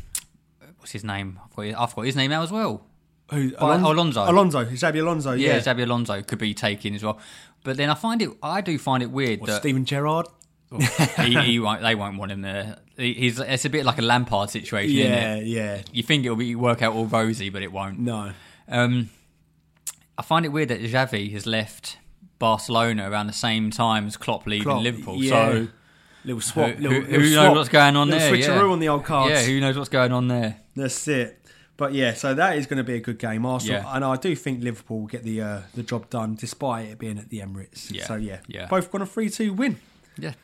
Speaker 2: what's his name? I've got his, I've got his name out as well.
Speaker 1: Who?
Speaker 2: By- Oh, Alonso.
Speaker 1: Alonso. Xabi Alonso.
Speaker 2: Yeah,
Speaker 1: Yeah.
Speaker 2: Xabi Alonso could be taking as well. But then I find it, I do find it weird
Speaker 1: Or
Speaker 2: that
Speaker 1: Steven Gerrard.
Speaker 2: he, he <laughs> won't, they won't want him there. He- He's, it's a bit like a Lampard situation,
Speaker 1: Yeah,
Speaker 2: isn't it?
Speaker 1: yeah.
Speaker 2: You think it'll be work out all rosy, but it won't.
Speaker 1: No.
Speaker 2: Um, I find it weird that Xavi has left Barcelona around the same time as Klopp leaving
Speaker 1: Klopp,
Speaker 2: Liverpool.
Speaker 1: yeah.
Speaker 2: So
Speaker 1: Little swap.
Speaker 2: who,
Speaker 1: little,
Speaker 2: who
Speaker 1: little
Speaker 2: knows
Speaker 1: swap.
Speaker 2: what's going on
Speaker 1: little
Speaker 2: there? Yeah.
Speaker 1: Switcheroo on the old cards.
Speaker 2: Yeah, who knows what's going on there?
Speaker 1: That's it. But yeah, so that is going to be a good game, Arsenal,
Speaker 2: Yeah.
Speaker 1: and I do think Liverpool will get the uh, the job done, despite it being at the Emirates.
Speaker 2: Yeah,
Speaker 1: So yeah,
Speaker 2: yeah.
Speaker 1: both gone a three two win.
Speaker 2: Yeah.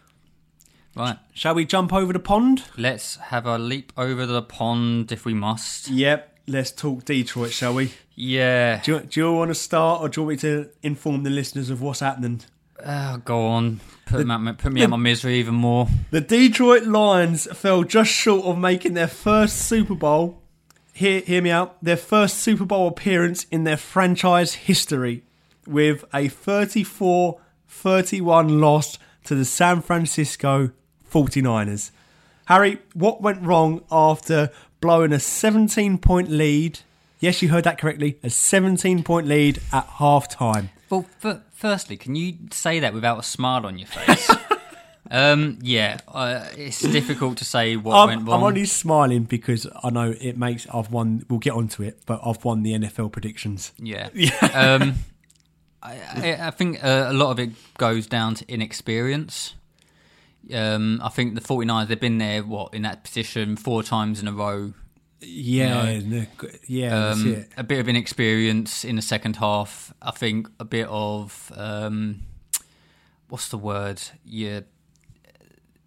Speaker 2: Right.
Speaker 1: Shall we jump over the pond?
Speaker 2: Let's have a leap over the pond if we must.
Speaker 1: Yep. Let's talk Detroit, shall we?
Speaker 2: Yeah.
Speaker 1: Do you, do you want to start, or do you want me to inform the listeners of what's happening?
Speaker 2: Oh, go on. Put, him out, put me out of my misery even more.
Speaker 1: The Detroit Lions fell just short of making their first Super Bowl. Hear, hear me out. Their first Super Bowl appearance in their franchise history with a 34 31 loss to the San Francisco 49ers. Harry, what went wrong after blowing a 17 point lead? Yes, you heard that correctly. A 17 point lead at halftime.
Speaker 2: Well, f- firstly, can you say that without a smile on
Speaker 1: <laughs>
Speaker 2: your face? um, yeah, uh, it's difficult to say what went
Speaker 1: I'm,
Speaker 2: wrong.
Speaker 1: I'm only smiling because I know it makes I've won. We'll get onto it, but I've won the NFL predictions. <laughs>
Speaker 2: Yeah, um, I, I, I think uh, a lot of it goes down to inexperience. Um, I think the 49ers, they've been there, what, in that position four times in a row.
Speaker 1: Yeah, no, g- yeah,
Speaker 2: Um,
Speaker 1: that's it.
Speaker 2: A bit of inexperience in the second half. I think a bit of um, what's the word? Yeah,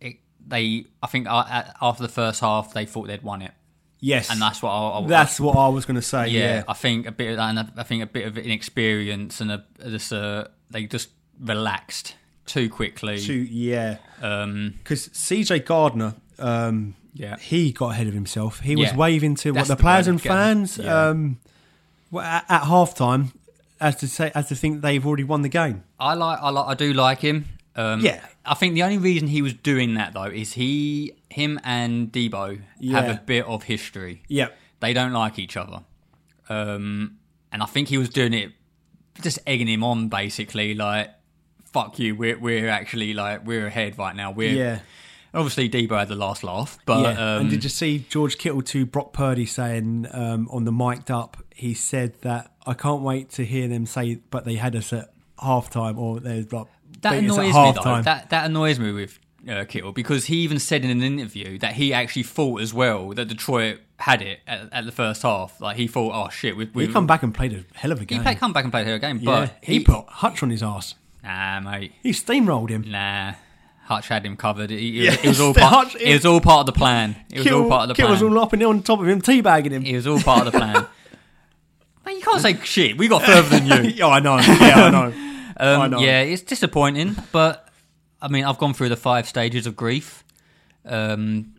Speaker 2: it, they, I think uh, uh, after the first half, they thought they'd won it,
Speaker 1: Yes,
Speaker 2: and that's what I, I
Speaker 1: that's what I was going to say.
Speaker 2: yeah,
Speaker 1: Yeah,
Speaker 2: I think a bit of that, and I, I think a bit of inexperience, and a, this, uh, they just relaxed too quickly.
Speaker 1: To- yeah,
Speaker 2: Um,
Speaker 1: because CJ Gardner, um,
Speaker 2: yeah,
Speaker 1: he got ahead of himself. He was
Speaker 2: Yeah.
Speaker 1: waving to what
Speaker 2: That's
Speaker 1: the
Speaker 2: the
Speaker 1: players
Speaker 2: word,
Speaker 1: and
Speaker 2: get him.
Speaker 1: fans
Speaker 2: Yeah.
Speaker 1: um, were at, at halftime, as to say, as to think they've already won the game.
Speaker 2: I like, I like, I do like him. Um,
Speaker 1: Yeah.
Speaker 2: I think the only reason he was doing that though is he, him, and Debo
Speaker 1: Yeah.
Speaker 2: have a bit of history.
Speaker 1: Yeah,
Speaker 2: They don't like each other, um, and I think he was doing it, just egging him on, basically, like. Fuck you! We're we're actually like we're ahead right now. We're
Speaker 1: yeah,
Speaker 2: obviously Debo had the last laugh, but
Speaker 1: yeah.
Speaker 2: um,
Speaker 1: and did you see George Kittle to Brock Purdy saying um, on the mic'd up? He said that I can't wait to hear them say, but they had us at halftime, or they're like
Speaker 2: that
Speaker 1: beat us
Speaker 2: annoys me
Speaker 1: at
Speaker 2: though.
Speaker 1: halftime.
Speaker 2: That that annoys me with uh, Kittle because he even said in an interview that he actually thought as well that Detroit had it at, at the first half. Like he thought, oh shit, we we
Speaker 1: he come back and played a hell of a
Speaker 2: He
Speaker 1: game.
Speaker 2: played, come back and played her game,
Speaker 1: yeah,
Speaker 2: but
Speaker 1: he, put Hutch on his ass.
Speaker 2: nah, mate,
Speaker 1: He steamrolled him.
Speaker 2: nah. Hutch had him covered. It, it-
Speaker 1: Yeah,
Speaker 2: it was all
Speaker 1: the
Speaker 2: part.
Speaker 1: Hutch-
Speaker 2: it was all part of the plan. It was all part of the
Speaker 1: Kittle
Speaker 2: plan.
Speaker 1: was all up and on top of him, teabagging him.
Speaker 2: it was all part of
Speaker 1: <laughs>
Speaker 2: the plan. Mate, you can't say shit. We got further than you.
Speaker 1: oh, I know. <laughs> Yeah, I
Speaker 2: <laughs>
Speaker 1: know. I
Speaker 2: Um,
Speaker 1: know.
Speaker 2: yeah, it's disappointing, but I mean, I've gone through the five stages of grief. Um,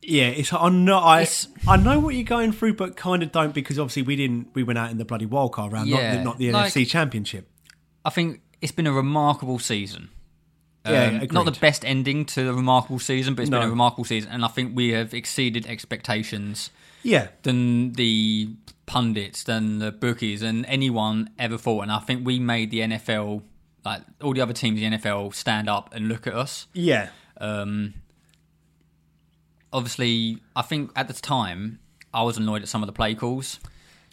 Speaker 1: Yeah, it's I know I,
Speaker 2: It's-
Speaker 1: I know what you're going through, but kind of don't because obviously we didn't we went out in the bloody wild card round, not
Speaker 2: Yeah,
Speaker 1: the, not the
Speaker 2: like-
Speaker 1: NFC Championship.
Speaker 2: I think it's been a remarkable season.
Speaker 1: Yeah,
Speaker 2: Um,
Speaker 1: agreed.
Speaker 2: not the best ending to a remarkable season, but it's been
Speaker 1: No.
Speaker 2: a remarkable season, and I think we have exceeded expectations
Speaker 1: Yeah,
Speaker 2: than the pundits, than the bookies, and anyone ever thought. And I think we made the NFL, like all the other teams in the NFL, stand up and look at us.
Speaker 1: yeah,
Speaker 2: um, obviously, I think at the time I was annoyed at some of the play calls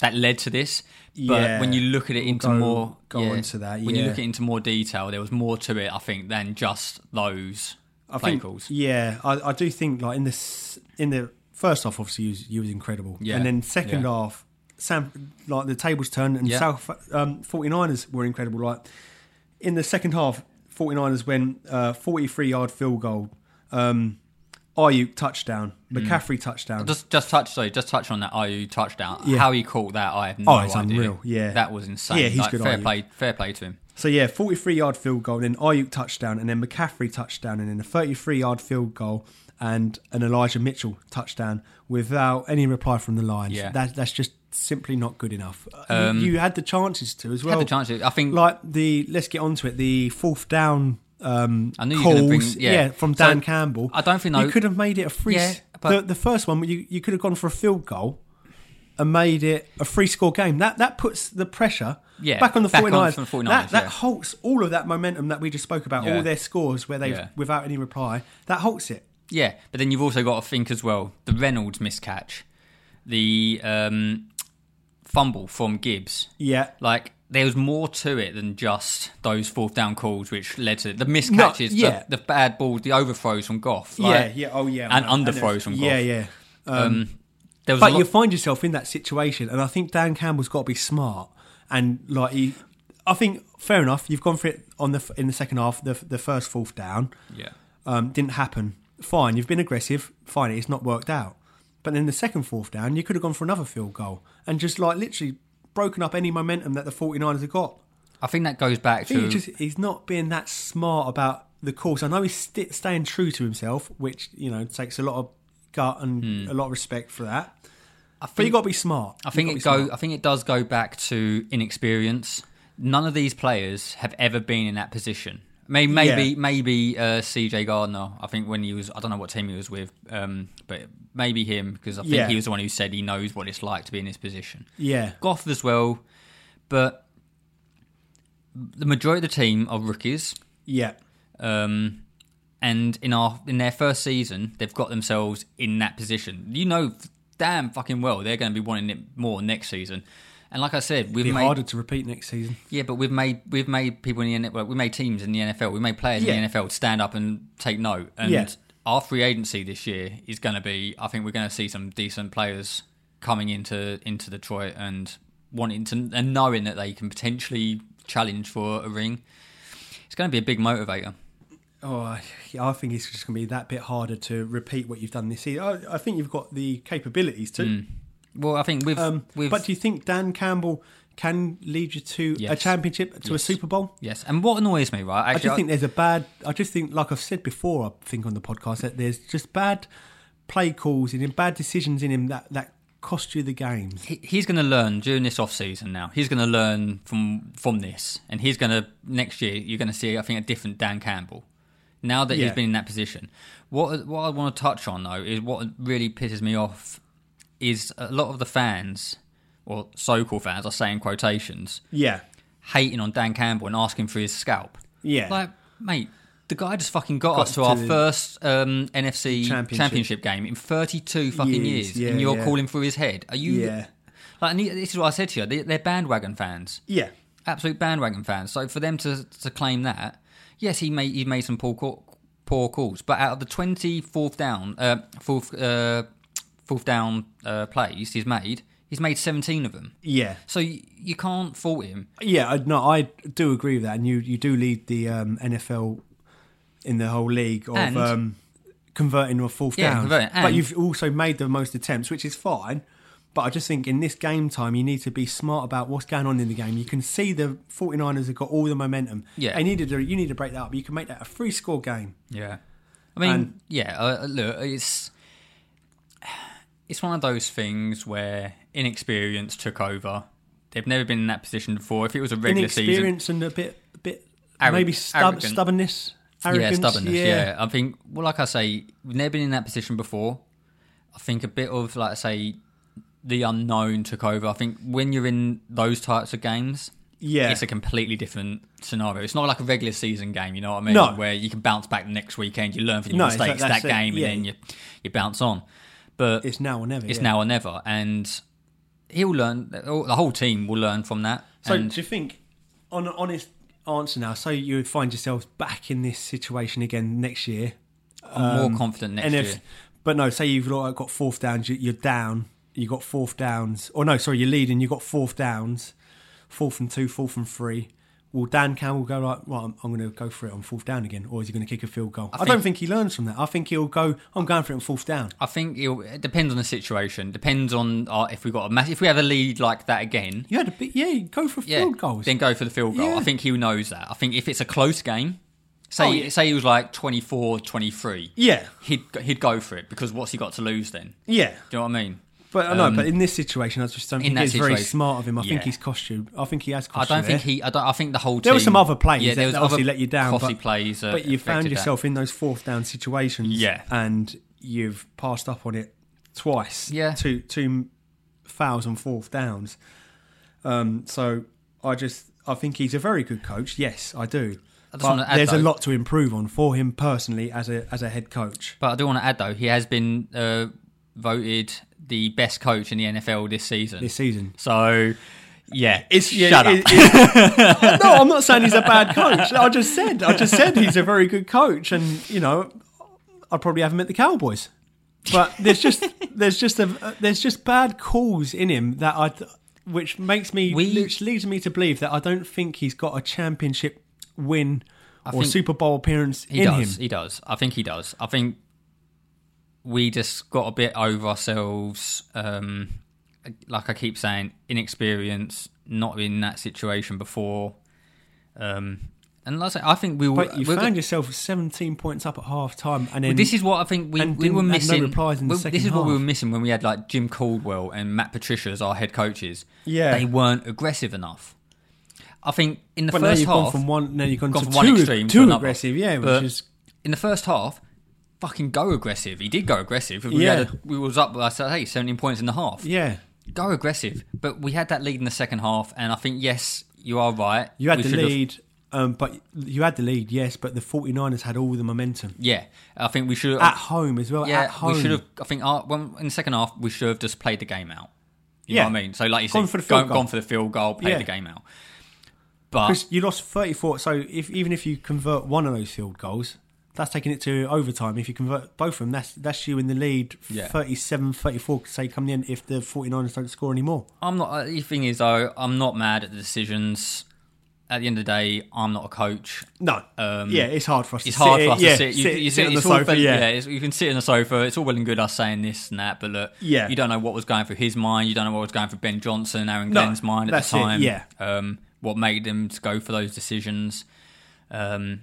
Speaker 2: that led to this. But
Speaker 1: Yeah.
Speaker 2: when you look at it into
Speaker 1: go-
Speaker 2: more,
Speaker 1: go into that,
Speaker 2: When you
Speaker 1: yeah.
Speaker 2: look at it into more detail, there was more to it, I think, than just those
Speaker 1: I
Speaker 2: play
Speaker 1: think,
Speaker 2: calls.
Speaker 1: Yeah, I, I do think like in this in the first half, obviously you was, you was incredible,
Speaker 2: Yeah.
Speaker 1: and then second
Speaker 2: Yeah.
Speaker 1: half, Sam like the tables turned and
Speaker 2: Yeah.
Speaker 1: South um, 49ers were incredible. Like in the second half, 49ers went uh, 43 yard field goal, um, Ayuk touchdown,
Speaker 2: Mm.
Speaker 1: McCaffrey touchdown.
Speaker 2: Just, just touch, sorry, just touch on that IU touchdown.
Speaker 1: Yeah.
Speaker 2: How he caught that, I have no
Speaker 1: Oh, it's
Speaker 2: idea.
Speaker 1: unreal, yeah.
Speaker 2: that was insane.
Speaker 1: Yeah, he's
Speaker 2: Like,
Speaker 1: good,
Speaker 2: Fair
Speaker 1: IU.
Speaker 2: play, fair play to him.
Speaker 1: So yeah, 43 yard field goal, then Ayuk touchdown, and then McCaffrey touchdown, and then a 33 yard field goal, and an Elijah Mitchell touchdown without any reply from the Lions.
Speaker 2: Yeah. Um,
Speaker 1: That, that's just simply not good enough. Uh, you, you had the chances to as well.
Speaker 2: Had the chance. to- I think
Speaker 1: Like the let's get onto it. The fourth down. Um,
Speaker 2: I knew you were
Speaker 1: calls,
Speaker 2: gonna bring-
Speaker 1: yeah.
Speaker 2: yeah.
Speaker 1: from
Speaker 2: So,
Speaker 1: Dan Campbell.
Speaker 2: I don't think
Speaker 1: you
Speaker 2: tho-
Speaker 1: could have made it a free.
Speaker 2: Yeah,
Speaker 1: s-
Speaker 2: but-
Speaker 1: the, the first one, you you could have gone for a field goal and made it a free score game. That that puts the pressure
Speaker 2: Yeah,
Speaker 1: back on the
Speaker 2: back on
Speaker 1: 49ers.
Speaker 2: from the 49ers,
Speaker 1: that that
Speaker 2: yeah.
Speaker 1: halts all of that momentum that we just spoke about.
Speaker 2: Yeah.
Speaker 1: All their scores where they
Speaker 2: Yeah.
Speaker 1: have without any reply. That halts it.
Speaker 2: Yeah, but then you've also got to think as well the Reynolds miscatch, the um, fumble from Gibbs.
Speaker 1: Yeah.
Speaker 2: Like there was more to it than just those fourth down calls, which led to the miscatches,
Speaker 1: yeah.
Speaker 2: the, the bad balls, the overthrows from Goff.
Speaker 1: yeah.
Speaker 2: Like,
Speaker 1: Yeah. Oh yeah.
Speaker 2: and
Speaker 1: I know.
Speaker 2: underthrows
Speaker 1: there's-
Speaker 2: from
Speaker 1: Yeah.
Speaker 2: Goff.
Speaker 1: Yeah.
Speaker 2: There was a
Speaker 1: But
Speaker 2: lot-
Speaker 1: you find yourself in that situation, and I think Dan Campbell's got to be smart and like he. I think fair enough. You've gone for it on the in the second half, the the first fourth down
Speaker 2: yeah,
Speaker 1: um, didn't happen. Fine, you've been aggressive. Fine, it's not worked out. But then the second fourth down, you could have gone for another field goal and just like literally broken up any momentum that the 49ers have got.
Speaker 2: I think that goes back
Speaker 1: I think
Speaker 2: to
Speaker 1: he just he's not being that smart about the course. I know he's sti staying true to himself, which you know takes a lot of gut and a lot of respect for that.
Speaker 2: Hmm. I
Speaker 1: But you
Speaker 2: think,
Speaker 1: got to be smart.
Speaker 2: I think it go I think it does go back to inexperience. None of these players have ever been in that position. Maybe maybe
Speaker 1: Yeah.
Speaker 2: maybe uh, CJ Gardner. I think when he was I don't know what team he was with, um, but maybe him because I think
Speaker 1: Yeah.
Speaker 2: he was the one who said he knows what it's like to be in this position.
Speaker 1: Yeah,
Speaker 2: Goff as well, but the majority of the team are rookies.
Speaker 1: yeah,
Speaker 2: Um, and in our in their first season, they've got themselves in that position. You know, damn fucking well they're going to be wanting it more next season. And like I said, we've
Speaker 1: be
Speaker 2: made
Speaker 1: harder to repeat next season.
Speaker 2: yeah, but we've made we've made people in the NFL, we made teams in the NFL, we made players
Speaker 1: Yeah.
Speaker 2: in the NFL stand up and take note. And
Speaker 1: Yeah.
Speaker 2: our free agency this year is going to be, I think we're going to see some decent players coming into into Detroit and wanting to and knowing that they can potentially challenge for a ring. It's going to be a big motivator.
Speaker 1: Oh, I- I think it's just going to be that bit harder to repeat what you've done this season. I, I think you've got the capabilities to.
Speaker 2: Well, I think with
Speaker 1: Um,
Speaker 2: with
Speaker 1: but do you think Dan Campbell can lead you to a
Speaker 2: Yes.
Speaker 1: championship, to a
Speaker 2: Yes.
Speaker 1: Super Bowl?
Speaker 2: yes, and what annoys me, right?
Speaker 1: I
Speaker 2: Actually,
Speaker 1: just think there's a bad. I just think, like I've said before, I think on the podcast that there's just bad play calls in him, bad decisions in him that that cost you the game.
Speaker 2: he- he's going to learn during this off season now. He's going to learn from from this, and he's going to next year. You're going to see, I think, a different Dan Campbell. Now that he's
Speaker 1: Yeah.
Speaker 2: been in that position, what what I want to touch on though is what really pisses me off is a lot of the fans or so-called fans are saying quotations
Speaker 1: Yeah,
Speaker 2: hating on Dan Campbell and asking for his scalp.
Speaker 1: Yeah.
Speaker 2: like mate. The guy just fucking got, us to,
Speaker 1: to
Speaker 2: our
Speaker 1: the-
Speaker 2: first um, NFC championship.
Speaker 1: Championship.
Speaker 2: game in 32 fucking
Speaker 1: Years,
Speaker 2: years,
Speaker 1: yeah,
Speaker 2: and you're
Speaker 1: yeah.
Speaker 2: calling for his head. Are you
Speaker 1: yeah,
Speaker 2: like, and this is what I said to you. They, they're bandwagon fans,
Speaker 1: yeah.
Speaker 2: absolute bandwagon fans. So for them to to claim that, yes, he made he made some poor call, poor calls, but out of the twenty fourth down, uh, fourth uh, fourth down uh, plays he's made, he's made seventeen of them.
Speaker 1: Yeah,
Speaker 2: So you, you can't fault him.
Speaker 1: yeah. I- No, I do agree with that, and you you do lead the um, NFL in the whol league of
Speaker 2: And-
Speaker 1: um, converting a fourth
Speaker 2: Yeah,
Speaker 1: down.
Speaker 2: converting,
Speaker 1: But
Speaker 2: and-
Speaker 1: you've also made the most attempts, which is fine. But I just think in this game time, you need to be smart about what's going on in the game. You can see the 49ers have got all the momentum.
Speaker 2: Yeah.
Speaker 1: They needed to, you need to break that up. You can make that a free score game.
Speaker 2: Yeah, I mean,
Speaker 1: And-
Speaker 2: yeah. Uh, look, it's it's one of those things where inexperience took over. They've never been in that position before. If it was a regular season,
Speaker 1: Inexperience and a bit, a bit
Speaker 2: Arro-
Speaker 1: maybe stub-
Speaker 2: arrogant.
Speaker 1: stubbornness. Arrogance,
Speaker 2: Yeah, stubbornness. Yeah. I think, well, like I say, we've never been in that position before. I think a bit of, like I say, the unknown took over. I think when you're in those types of games,
Speaker 1: Yeah.
Speaker 2: it's a completely different scenario. It's not like a regular season game, you know what I mean?
Speaker 1: No.
Speaker 2: Where you can bounce back the next weekend, you learn from your
Speaker 1: No, it's like-
Speaker 2: mistakes
Speaker 1: that's
Speaker 2: that
Speaker 1: it.
Speaker 2: game,
Speaker 1: Yeah.
Speaker 2: and then you, you bounce on. But
Speaker 1: It's now or never.
Speaker 2: it's
Speaker 1: yeah.
Speaker 2: now or never. And he'll learn, the whole team will learn from that.
Speaker 1: So
Speaker 2: and
Speaker 1: do you think, on an honest answer now, so you would find yourselves back in this situation again next year?
Speaker 2: I'm more confident next
Speaker 1: um, and
Speaker 2: year.
Speaker 1: if, but no, say you've got got fourth downs, you- you're down, you got fourth downs, or no, sorry, you're leading, you got fourth downs, fourth and two, fourth and three. Will Dan Campbell go like, well, I'm, I'm going to go for it on fourth down again, or is he going to kick a field goal? I, don't think he learns from that. I think he'll go, I'm going for it on fourth down.
Speaker 2: I think it'll, it depends on the situation. Depends on uh, if we got a mass- if we have a lead like that again.
Speaker 1: You had a bit, yeah, go for
Speaker 2: Yeah,
Speaker 1: field goals.
Speaker 2: then go for the field goal.
Speaker 1: Yeah.
Speaker 2: I think he knows that. I think if it's a close game, say
Speaker 1: Oh, yeah.
Speaker 2: say he was like 24, 23,
Speaker 1: yeah,
Speaker 2: he'd he'd go for it because what's he got to lose then?
Speaker 1: yeah.
Speaker 2: Do you know what I mean?
Speaker 1: But I know, but in this situation, I just don't
Speaker 2: Um, in
Speaker 1: think
Speaker 2: that
Speaker 1: it's very
Speaker 2: situation-
Speaker 1: smart of him. I
Speaker 2: Yeah.
Speaker 1: think he's cost you. I think he has
Speaker 2: I
Speaker 1: cost
Speaker 2: don't
Speaker 1: you
Speaker 2: think
Speaker 1: there.
Speaker 2: he. I, don't, I think the whole
Speaker 1: There were
Speaker 2: team-
Speaker 1: some other plays
Speaker 2: Yeah, there was
Speaker 1: that obviously
Speaker 2: other
Speaker 1: let you down.
Speaker 2: Costly
Speaker 1: but,
Speaker 2: plays, uh,
Speaker 1: but you found
Speaker 2: affected that.
Speaker 1: yourself in those fourth down situations.
Speaker 2: Yeah.
Speaker 1: And you've passed up on it twice.
Speaker 2: Yeah.
Speaker 1: Two, two fouls on fourth downs. Um, so I just, I think he's a very good coach. Yes, I do.
Speaker 2: just
Speaker 1: But
Speaker 2: wanna add,
Speaker 1: there's a
Speaker 2: though-
Speaker 1: lot to improve on for him personally as a as a head coach.
Speaker 2: But I do want to add though, he has been uh, voted the best coach in the NFL this season.
Speaker 1: This season.
Speaker 2: so yeah,
Speaker 1: It's yeah,
Speaker 2: shut up.
Speaker 1: it- it's- <laughs> no, I'm not saying he's a bad coach. I just said, I just said he's a very good coach, and you know, I'd probably have him at the Cowboys. But there's just there's just a there's just bad calls in him that I, which makes me
Speaker 2: We-
Speaker 1: which leads me to believe that I don't think he's got a championship win or
Speaker 2: think
Speaker 1: Super Bowl appearance
Speaker 2: He
Speaker 1: in
Speaker 2: does.
Speaker 1: him.
Speaker 2: He does. I think he does. I think we just got a bit over ourselves. Um, like I keep saying, inexperience, not in that situation before. Um, and like I say, I think we will.
Speaker 1: But you
Speaker 2: we're
Speaker 1: found yourself 17 points up at half time, and then
Speaker 2: this is what I think we,
Speaker 1: and
Speaker 2: we were
Speaker 1: didn't- had no
Speaker 2: missing.
Speaker 1: replies in the
Speaker 2: we-
Speaker 1: second
Speaker 2: this is what we were
Speaker 1: half.
Speaker 2: missing when we had like Jim Caldwell and Matt Patricia as our head coaches.
Speaker 1: Yeah.
Speaker 2: they weren't aggressive enough. I think in the
Speaker 1: but now
Speaker 2: first
Speaker 1: you've
Speaker 2: half,
Speaker 1: gone from one now you've gone,
Speaker 2: gone
Speaker 1: to
Speaker 2: from one
Speaker 1: two,
Speaker 2: extreme to
Speaker 1: too
Speaker 2: another.
Speaker 1: aggressive, yeah, which
Speaker 2: But
Speaker 1: is
Speaker 2: in the first half, fucking go aggressive. He did go aggressive. We
Speaker 1: Yeah.
Speaker 2: had a, we was up. I said, hey, seventeen points in the half.
Speaker 1: yeah.
Speaker 2: Go aggressive. But we had that lead in the second half, and I think yes, you are right.
Speaker 1: You had
Speaker 2: We
Speaker 1: the
Speaker 2: should've-
Speaker 1: lead, um, but you had the lead, yes, but the 49ers had all the momentum
Speaker 2: Yeah, I think we should.
Speaker 1: at home as well.
Speaker 2: yeah,
Speaker 1: at home.
Speaker 2: we should have. I think our, when, in the second half we should have just played the game out. You
Speaker 1: Yeah.
Speaker 2: know what I mean? So like you
Speaker 1: Gone
Speaker 2: said,
Speaker 1: for the
Speaker 2: go-
Speaker 1: field goal.
Speaker 2: gone for the field goal, played
Speaker 1: Yeah.
Speaker 2: the game out. But
Speaker 1: Chris, you lost 34, so if even if you convert one of those field goals, that's taking it to overtime. If you convert both of them, that's that's you in the lead
Speaker 2: Yeah.
Speaker 1: 37 34, say, coming in if the 49ers don't score anymore.
Speaker 2: I'm not. uh, The thing is, though, I'm not mad at the decisions. at the end of the day, I'm not a coach.
Speaker 1: No.
Speaker 2: Um,
Speaker 1: yeah, it's hard for us
Speaker 2: It's
Speaker 1: to
Speaker 2: hard
Speaker 1: sit
Speaker 2: for us
Speaker 1: yeah,
Speaker 2: to sit. You, you
Speaker 1: sit on the
Speaker 2: it's all
Speaker 1: sofa.
Speaker 2: well-
Speaker 1: yeah.
Speaker 2: it's, you can sit on the sofa. It's all well and good us saying this and that, but look,
Speaker 1: Yeah.
Speaker 2: you don't know what was going through his mind. You don't know what was going through Ben Johnson, Aaron
Speaker 1: No,
Speaker 2: Glenn's mind at
Speaker 1: that's
Speaker 2: the
Speaker 1: it,
Speaker 2: time.
Speaker 1: yeah.
Speaker 2: um, what made them to go for those decisions? Um,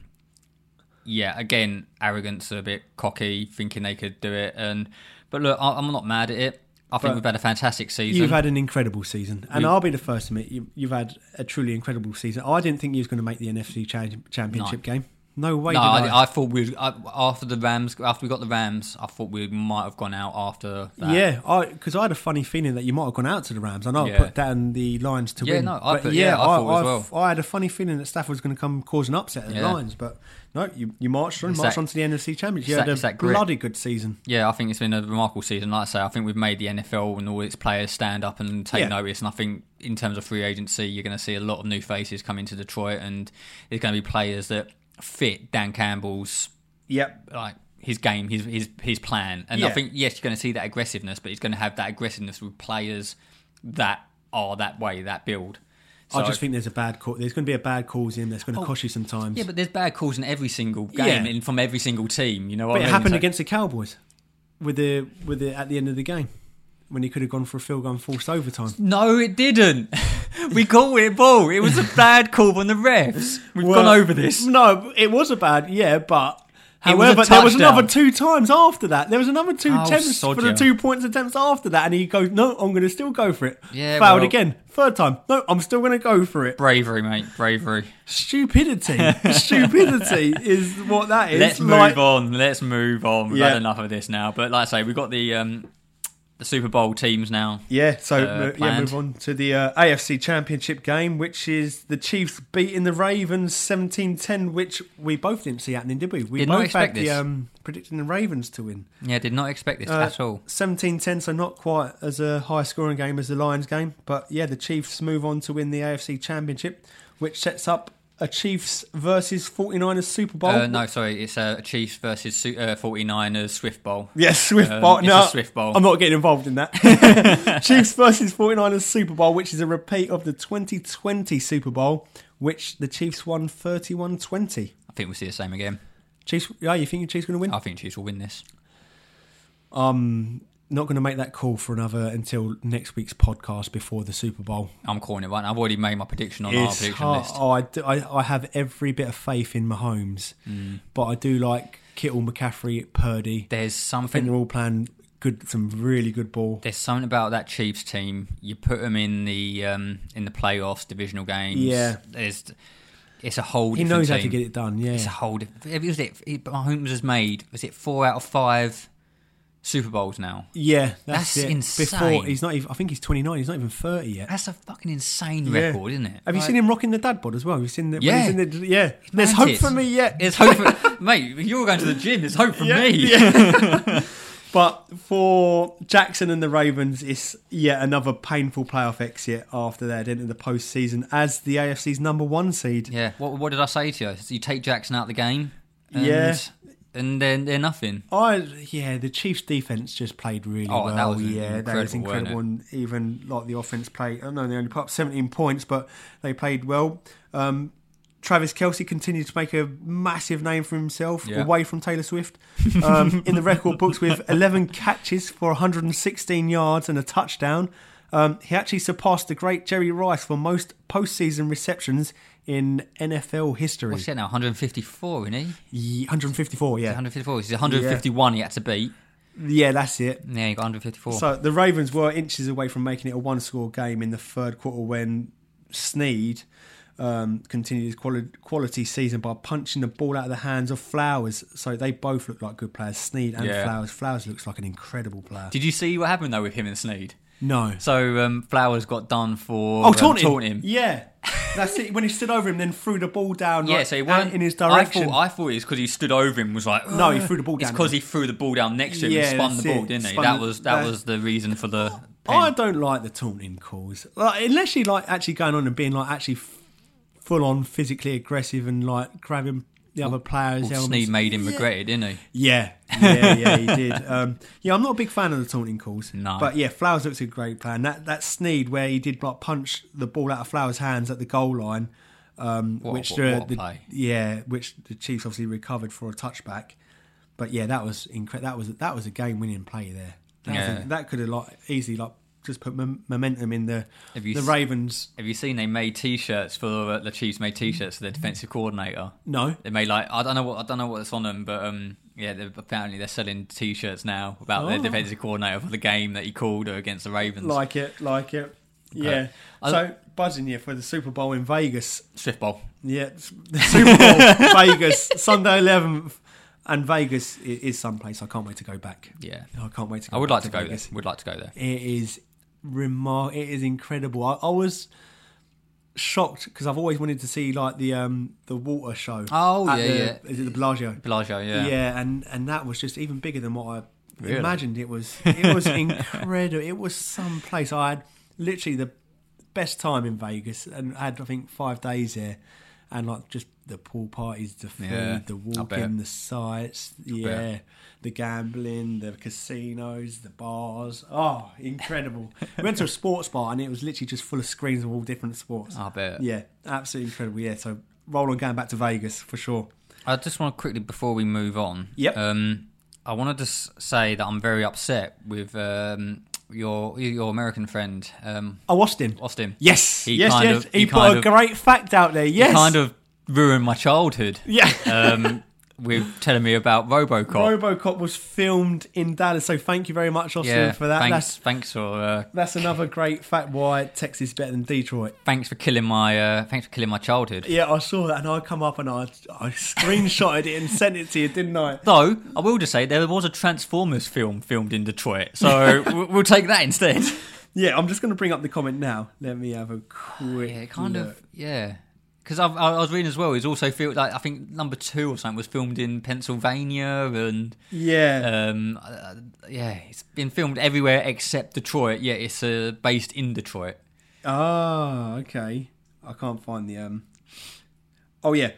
Speaker 2: yeah, again, arrogance, a bit cocky, thinking they could do it. And but look, I, I'm not mad at it. I think we've had a fantastic season.
Speaker 1: You've had an incredible season, and I'll be the first to admit you, you've had a truly incredible season. I didn't think you was going to make the NFC cha- Championship game. No way.
Speaker 2: no,
Speaker 1: did
Speaker 2: I, I thought we I, after the Rams after we got the Rams, I thought we might have gone out after that.
Speaker 1: Yeah, I because I had a funny feeling that you might have gone out to the Rams. I know
Speaker 2: Yeah.
Speaker 1: I put down the Lions to
Speaker 2: Yeah,
Speaker 1: win.
Speaker 2: no, I
Speaker 1: but
Speaker 2: put- yeah, I thought as
Speaker 1: I've- I had a funny feeling that Stafford was going to come cause an upset at
Speaker 2: Yeah.
Speaker 1: the Lions, but no, you, you marched on,
Speaker 2: It's
Speaker 1: marched
Speaker 2: that-
Speaker 1: on to the NFC Championship. You
Speaker 2: it's
Speaker 1: had
Speaker 2: that-
Speaker 1: a
Speaker 2: it's that grit.
Speaker 1: bloody good season.
Speaker 2: Yeah, I think it's been a remarkable season. Like I say, I think we've made the NFL and all its players stand up and take
Speaker 1: Yeah.
Speaker 2: notice. And I think in terms of free agency, you're going to see a lot of new faces come into Detroit, and there's going to be players that fit Dan Campbell's
Speaker 1: Yep.
Speaker 2: like his game, his his his plan. And I
Speaker 1: Yeah.
Speaker 2: think yes, you're going to see that aggressiveness, but he's going to have that aggressiveness with players that are that way, that build. So, Oh.
Speaker 1: I just think there's a bad call. There's going to be a bad calls in that's going to cost you sometimes.
Speaker 2: yeah, but there's bad calls in every single
Speaker 1: Yeah.
Speaker 2: game and from every single team. You know, what
Speaker 1: But
Speaker 2: I
Speaker 1: it
Speaker 2: mean?
Speaker 1: happened
Speaker 2: So-
Speaker 1: against the Cowboys with the with the at the end of the game when he could have gone for a field goal and forced overtime.
Speaker 2: No, it didn't. <laughs> We called it ball. It was a bad call from the refs. We've gone over this.
Speaker 1: No, it was a bad yeah, but.
Speaker 2: It was
Speaker 1: However,
Speaker 2: a
Speaker 1: there was
Speaker 2: touchdown.
Speaker 1: another two times after that. There was another two
Speaker 2: Oh,
Speaker 1: attempts
Speaker 2: sod
Speaker 1: for the
Speaker 2: you.
Speaker 1: two points attempts after that, and he goes, "No, I'm going to still go for it."
Speaker 2: Yeah,
Speaker 1: fouled
Speaker 2: well-
Speaker 1: again, third time. No, I'm still going to go for it.
Speaker 2: Bravery, mate. Bravery. <laughs>
Speaker 1: Stupidity, stupidity is what that is.
Speaker 2: Let's
Speaker 1: Like-
Speaker 2: move on. Let's move on. We've had
Speaker 1: Yeah.
Speaker 2: enough of this now. But like I say, we've got the um, the Super Bowl teams now.
Speaker 1: Yeah, so
Speaker 2: uh,
Speaker 1: mo- yeah,
Speaker 2: planned.
Speaker 1: move on to the uh, AFC Championship game, which is the Chiefs beating the Ravens 17-10, which we both didn't see happening, did we? We
Speaker 2: Did not
Speaker 1: both
Speaker 2: expect
Speaker 1: had the
Speaker 2: this.
Speaker 1: um, predicting the Ravens to win.
Speaker 2: Yeah, did not expect this
Speaker 1: Uh,
Speaker 2: at all.
Speaker 1: 17-10, so not quite as a high scoring game as the Lions game, but yeah, the Chiefs move on to win the AFC Championship, which sets up a Chiefs versus 49ers Super Bowl.
Speaker 2: Uh, no, sorry. It's uh, Chiefs versus Su- uh, 49ers Swift Bowl.
Speaker 1: Yes, Swift
Speaker 2: Um,
Speaker 1: Bowl.
Speaker 2: it's
Speaker 1: no,
Speaker 2: a Swift Bowl.
Speaker 1: I'm not getting involved in that. <laughs>
Speaker 2: <laughs>
Speaker 1: Chiefs versus 49ers Super Bowl, which is a repeat of the 2020 Super Bowl, which the Chiefs won 31 20.
Speaker 2: I think we'll see the same again.
Speaker 1: Chiefs, yeah, you think the Chiefs going to win?
Speaker 2: I think Chiefs will win this.
Speaker 1: Not going to make that call for another until next week's podcast before the Super Bowl.
Speaker 2: I'm calling it right now. I've already made my prediction on our
Speaker 1: It's
Speaker 2: prediction
Speaker 1: hard.
Speaker 2: list.
Speaker 1: Oh, I, do, I, I have every bit of faith in Mahomes,
Speaker 2: Mm.
Speaker 1: but I do like Kittle, McCaffrey, Purdy.
Speaker 2: There's
Speaker 1: I think
Speaker 2: something
Speaker 1: they're all playing good, some really good ball.
Speaker 2: There's something about that Chiefs team. You put them in the um, in the playoffs, divisional games.
Speaker 1: Yeah.
Speaker 2: there's it's a whole.
Speaker 1: He
Speaker 2: different
Speaker 1: knows
Speaker 2: team.
Speaker 1: how to get it done. Yeah,
Speaker 2: It's a whole. diff- It was it. it- Mahomes has made was it four out of five Super Bowls now.
Speaker 1: Yeah, that's,
Speaker 2: That's
Speaker 1: it.
Speaker 2: insane.
Speaker 1: Before he's not even. I think he's 29. He's not even 30 yet.
Speaker 2: That's a fucking insane
Speaker 1: Yeah.
Speaker 2: record, isn't it?
Speaker 1: Have you
Speaker 2: Like,
Speaker 1: seen him rocking the dad bod as well? You've seen the,
Speaker 2: Yeah.
Speaker 1: yeah, in the, yeah. There's hope
Speaker 2: Mantis.
Speaker 1: for me yet.
Speaker 2: There's hope, for, <laughs> mate. You're going to the gym. There's hope for
Speaker 1: Yeah,
Speaker 2: me.
Speaker 1: <laughs>
Speaker 2: <laughs>
Speaker 1: yeah. but for Jackson and the Ravens, it's yet another painful playoff exit after they'd entered the postseason as the AFC's number one seed.
Speaker 2: Yeah. What, what did I say to you? You take Jackson out of the game. And,
Speaker 1: Yeah.
Speaker 2: And then they're nothing.
Speaker 1: I yeah, the Chiefs' defense just played really
Speaker 2: Oh,
Speaker 1: well.
Speaker 2: that was
Speaker 1: yeah, that was
Speaker 2: incredible,
Speaker 1: incredible. And even like the offense played. I know they only put up 17 points, but they played well. Um, Travis Kelsey continued to make a massive name for himself
Speaker 2: Yeah.
Speaker 1: away from Taylor Swift
Speaker 2: <laughs>
Speaker 1: um, in the record books with 11 catches for 116 yards and a touchdown. Um, he actually surpassed the great Jerry Rice for most postseason receptions in NFL history.
Speaker 2: What's he at now? 154, isn't he?
Speaker 1: Ye- 154, yeah.
Speaker 2: 154. He's 151. He had to beat.
Speaker 1: Yeah, that's it.
Speaker 2: Yeah, he got 154.
Speaker 1: So the Ravens were inches away from making it a one-score game in the third quarter when Sneed um, continued his quali- quality season by punching the ball out of the hands of Flowers. So they both look like good players, Sneed and
Speaker 2: Yeah.
Speaker 1: Flowers. Flowers looks like an incredible player.
Speaker 2: Did you see what happened though with him and Sneed?
Speaker 1: no.
Speaker 2: So um, Flowers got done for
Speaker 1: Oh,
Speaker 2: um,
Speaker 1: taunt him.
Speaker 2: taunting
Speaker 1: Yeah. That's it. When he stood over him, then threw the ball down.
Speaker 2: Yeah,
Speaker 1: like,
Speaker 2: so he
Speaker 1: out
Speaker 2: went
Speaker 1: in his direction.
Speaker 2: I thought, I thought it was because he stood over him and was like.
Speaker 1: No, he threw the ball
Speaker 2: It's
Speaker 1: down.
Speaker 2: because he threw the ball down next to him
Speaker 1: Yeah,
Speaker 2: and spun the
Speaker 1: that's
Speaker 2: ball,
Speaker 1: it.
Speaker 2: didn't he?
Speaker 1: Spun
Speaker 2: That
Speaker 1: the-
Speaker 2: was that
Speaker 1: that- Oh,
Speaker 2: was the reason for the.
Speaker 1: I
Speaker 2: pen.
Speaker 1: don't like the taunting calls. Like, unless you like actually going on and being like actually f- full on physically aggressive and like grabbing the other players.
Speaker 2: Well,
Speaker 1: helmets.
Speaker 2: Sneed made him regret it, didn't he?
Speaker 1: Yeah, yeah, yeah, he
Speaker 2: <laughs>
Speaker 1: did. Um, yeah, I'm not a big fan of the taunting calls.
Speaker 2: No.
Speaker 1: but yeah, Flowers looks a great plan. That that Sneed where he did like punch the ball out of Flowers' hands at the goal line. um,
Speaker 2: What-
Speaker 1: which
Speaker 2: what-
Speaker 1: the,
Speaker 2: what a
Speaker 1: the-
Speaker 2: play.
Speaker 1: yeah, which the Chiefs obviously recovered for a touchback. But yeah, that was incre- That was that was a game-winning play there. That, was a-
Speaker 2: Yeah.
Speaker 1: that could have like easily like just put mom- momentum in the
Speaker 2: Have you
Speaker 1: the
Speaker 2: s-
Speaker 1: Ravens.
Speaker 2: Have you seen they made T-shirts for uh, the Chiefs? Made T-shirts for their defensive coordinator.
Speaker 1: No,
Speaker 2: They made like I don't know what I don't know what's on them, but um yeah, they're, apparently they're selling T-shirts now about their
Speaker 1: Oh.
Speaker 2: defensive coordinator for the game that he called against the Ravens.
Speaker 1: like it, like it. Yeah.
Speaker 2: I-
Speaker 1: so buzzing you for the Super Bowl in Vegas.
Speaker 2: Swift Bowl.
Speaker 1: Yeah, <laughs> s- the Super Bowl, Vegas, Sunday eleventh, and Vegas i- is someplace I can't wait to go back.
Speaker 2: Yeah,
Speaker 1: I can't wait to. Go
Speaker 2: I would
Speaker 1: back
Speaker 2: like to go there.
Speaker 1: Vegas.
Speaker 2: Would like to go there.
Speaker 1: It is remar- It is incredible. I, I was shocked because I've always wanted to see like the um the water show.
Speaker 2: Oh,
Speaker 1: at
Speaker 2: yeah,
Speaker 1: the,
Speaker 2: yeah.
Speaker 1: Is it the Bellagio?
Speaker 2: Bellagio, yeah.
Speaker 1: and and that was just even bigger than what I
Speaker 2: Really?
Speaker 1: imagined. It
Speaker 2: <laughs>
Speaker 1: was it was incredible. It was some place I had literally the best time in Vegas, and had I think five days there, and like just the pool parties, the food,
Speaker 2: Yeah, I
Speaker 1: the
Speaker 2: bet.
Speaker 1: walking, the sights, yeah, the gambling, the casinos, the bars. Oh, incredible! we went to a sports bar, and it was literally just full of screens of all different sports.
Speaker 2: I bet.
Speaker 1: Yeah, absolutely incredible. Yeah, so roll on going back to Vegas for sure.
Speaker 2: I just want to quickly before we move on.
Speaker 1: Yep.
Speaker 2: Um, I want to just say that I'm very upset with um your your American friend um
Speaker 1: Oh, Austin.
Speaker 2: Austin.
Speaker 1: Yes,
Speaker 2: He
Speaker 1: yes,
Speaker 2: kind
Speaker 1: yes.
Speaker 2: of-
Speaker 1: he,
Speaker 2: he
Speaker 1: put
Speaker 2: kind
Speaker 1: a
Speaker 2: of-
Speaker 1: great fact out there. Yes,
Speaker 2: Kind of ruined my childhood.
Speaker 1: Yeah.
Speaker 2: Um, with telling me about RoboCop.
Speaker 1: <laughs> RoboCop was filmed in Dallas, so thank you very much, Austin,
Speaker 2: yeah.
Speaker 1: for that.
Speaker 2: Thanks.
Speaker 1: That's
Speaker 2: Thanks for uh,
Speaker 1: that's another great fact why Texas is better than Detroit.
Speaker 2: thanks for killing my uh, thanks for killing my childhood.
Speaker 1: Yeah, I saw that, and I come up and I I screenshotted it and sent it to you, didn't I?
Speaker 2: Though I will just say there was a Transformers film filmed in Detroit,
Speaker 1: <laughs>
Speaker 2: so we'll, we'll take that instead.
Speaker 1: Yeah, I'm just going to bring up the comment now. Let me have a quick.
Speaker 2: Yeah, kind
Speaker 1: look.
Speaker 2: of. Yeah, because I, I was reading as well. It's also feel like I think number two or something was filmed in Pennsylvania, and
Speaker 1: Yeah,
Speaker 2: um, uh, yeah, it's been filmed everywhere except Detroit. Yeah, it's uh, based in Detroit.
Speaker 1: Ah, okay. I can't find the um. Oh yeah,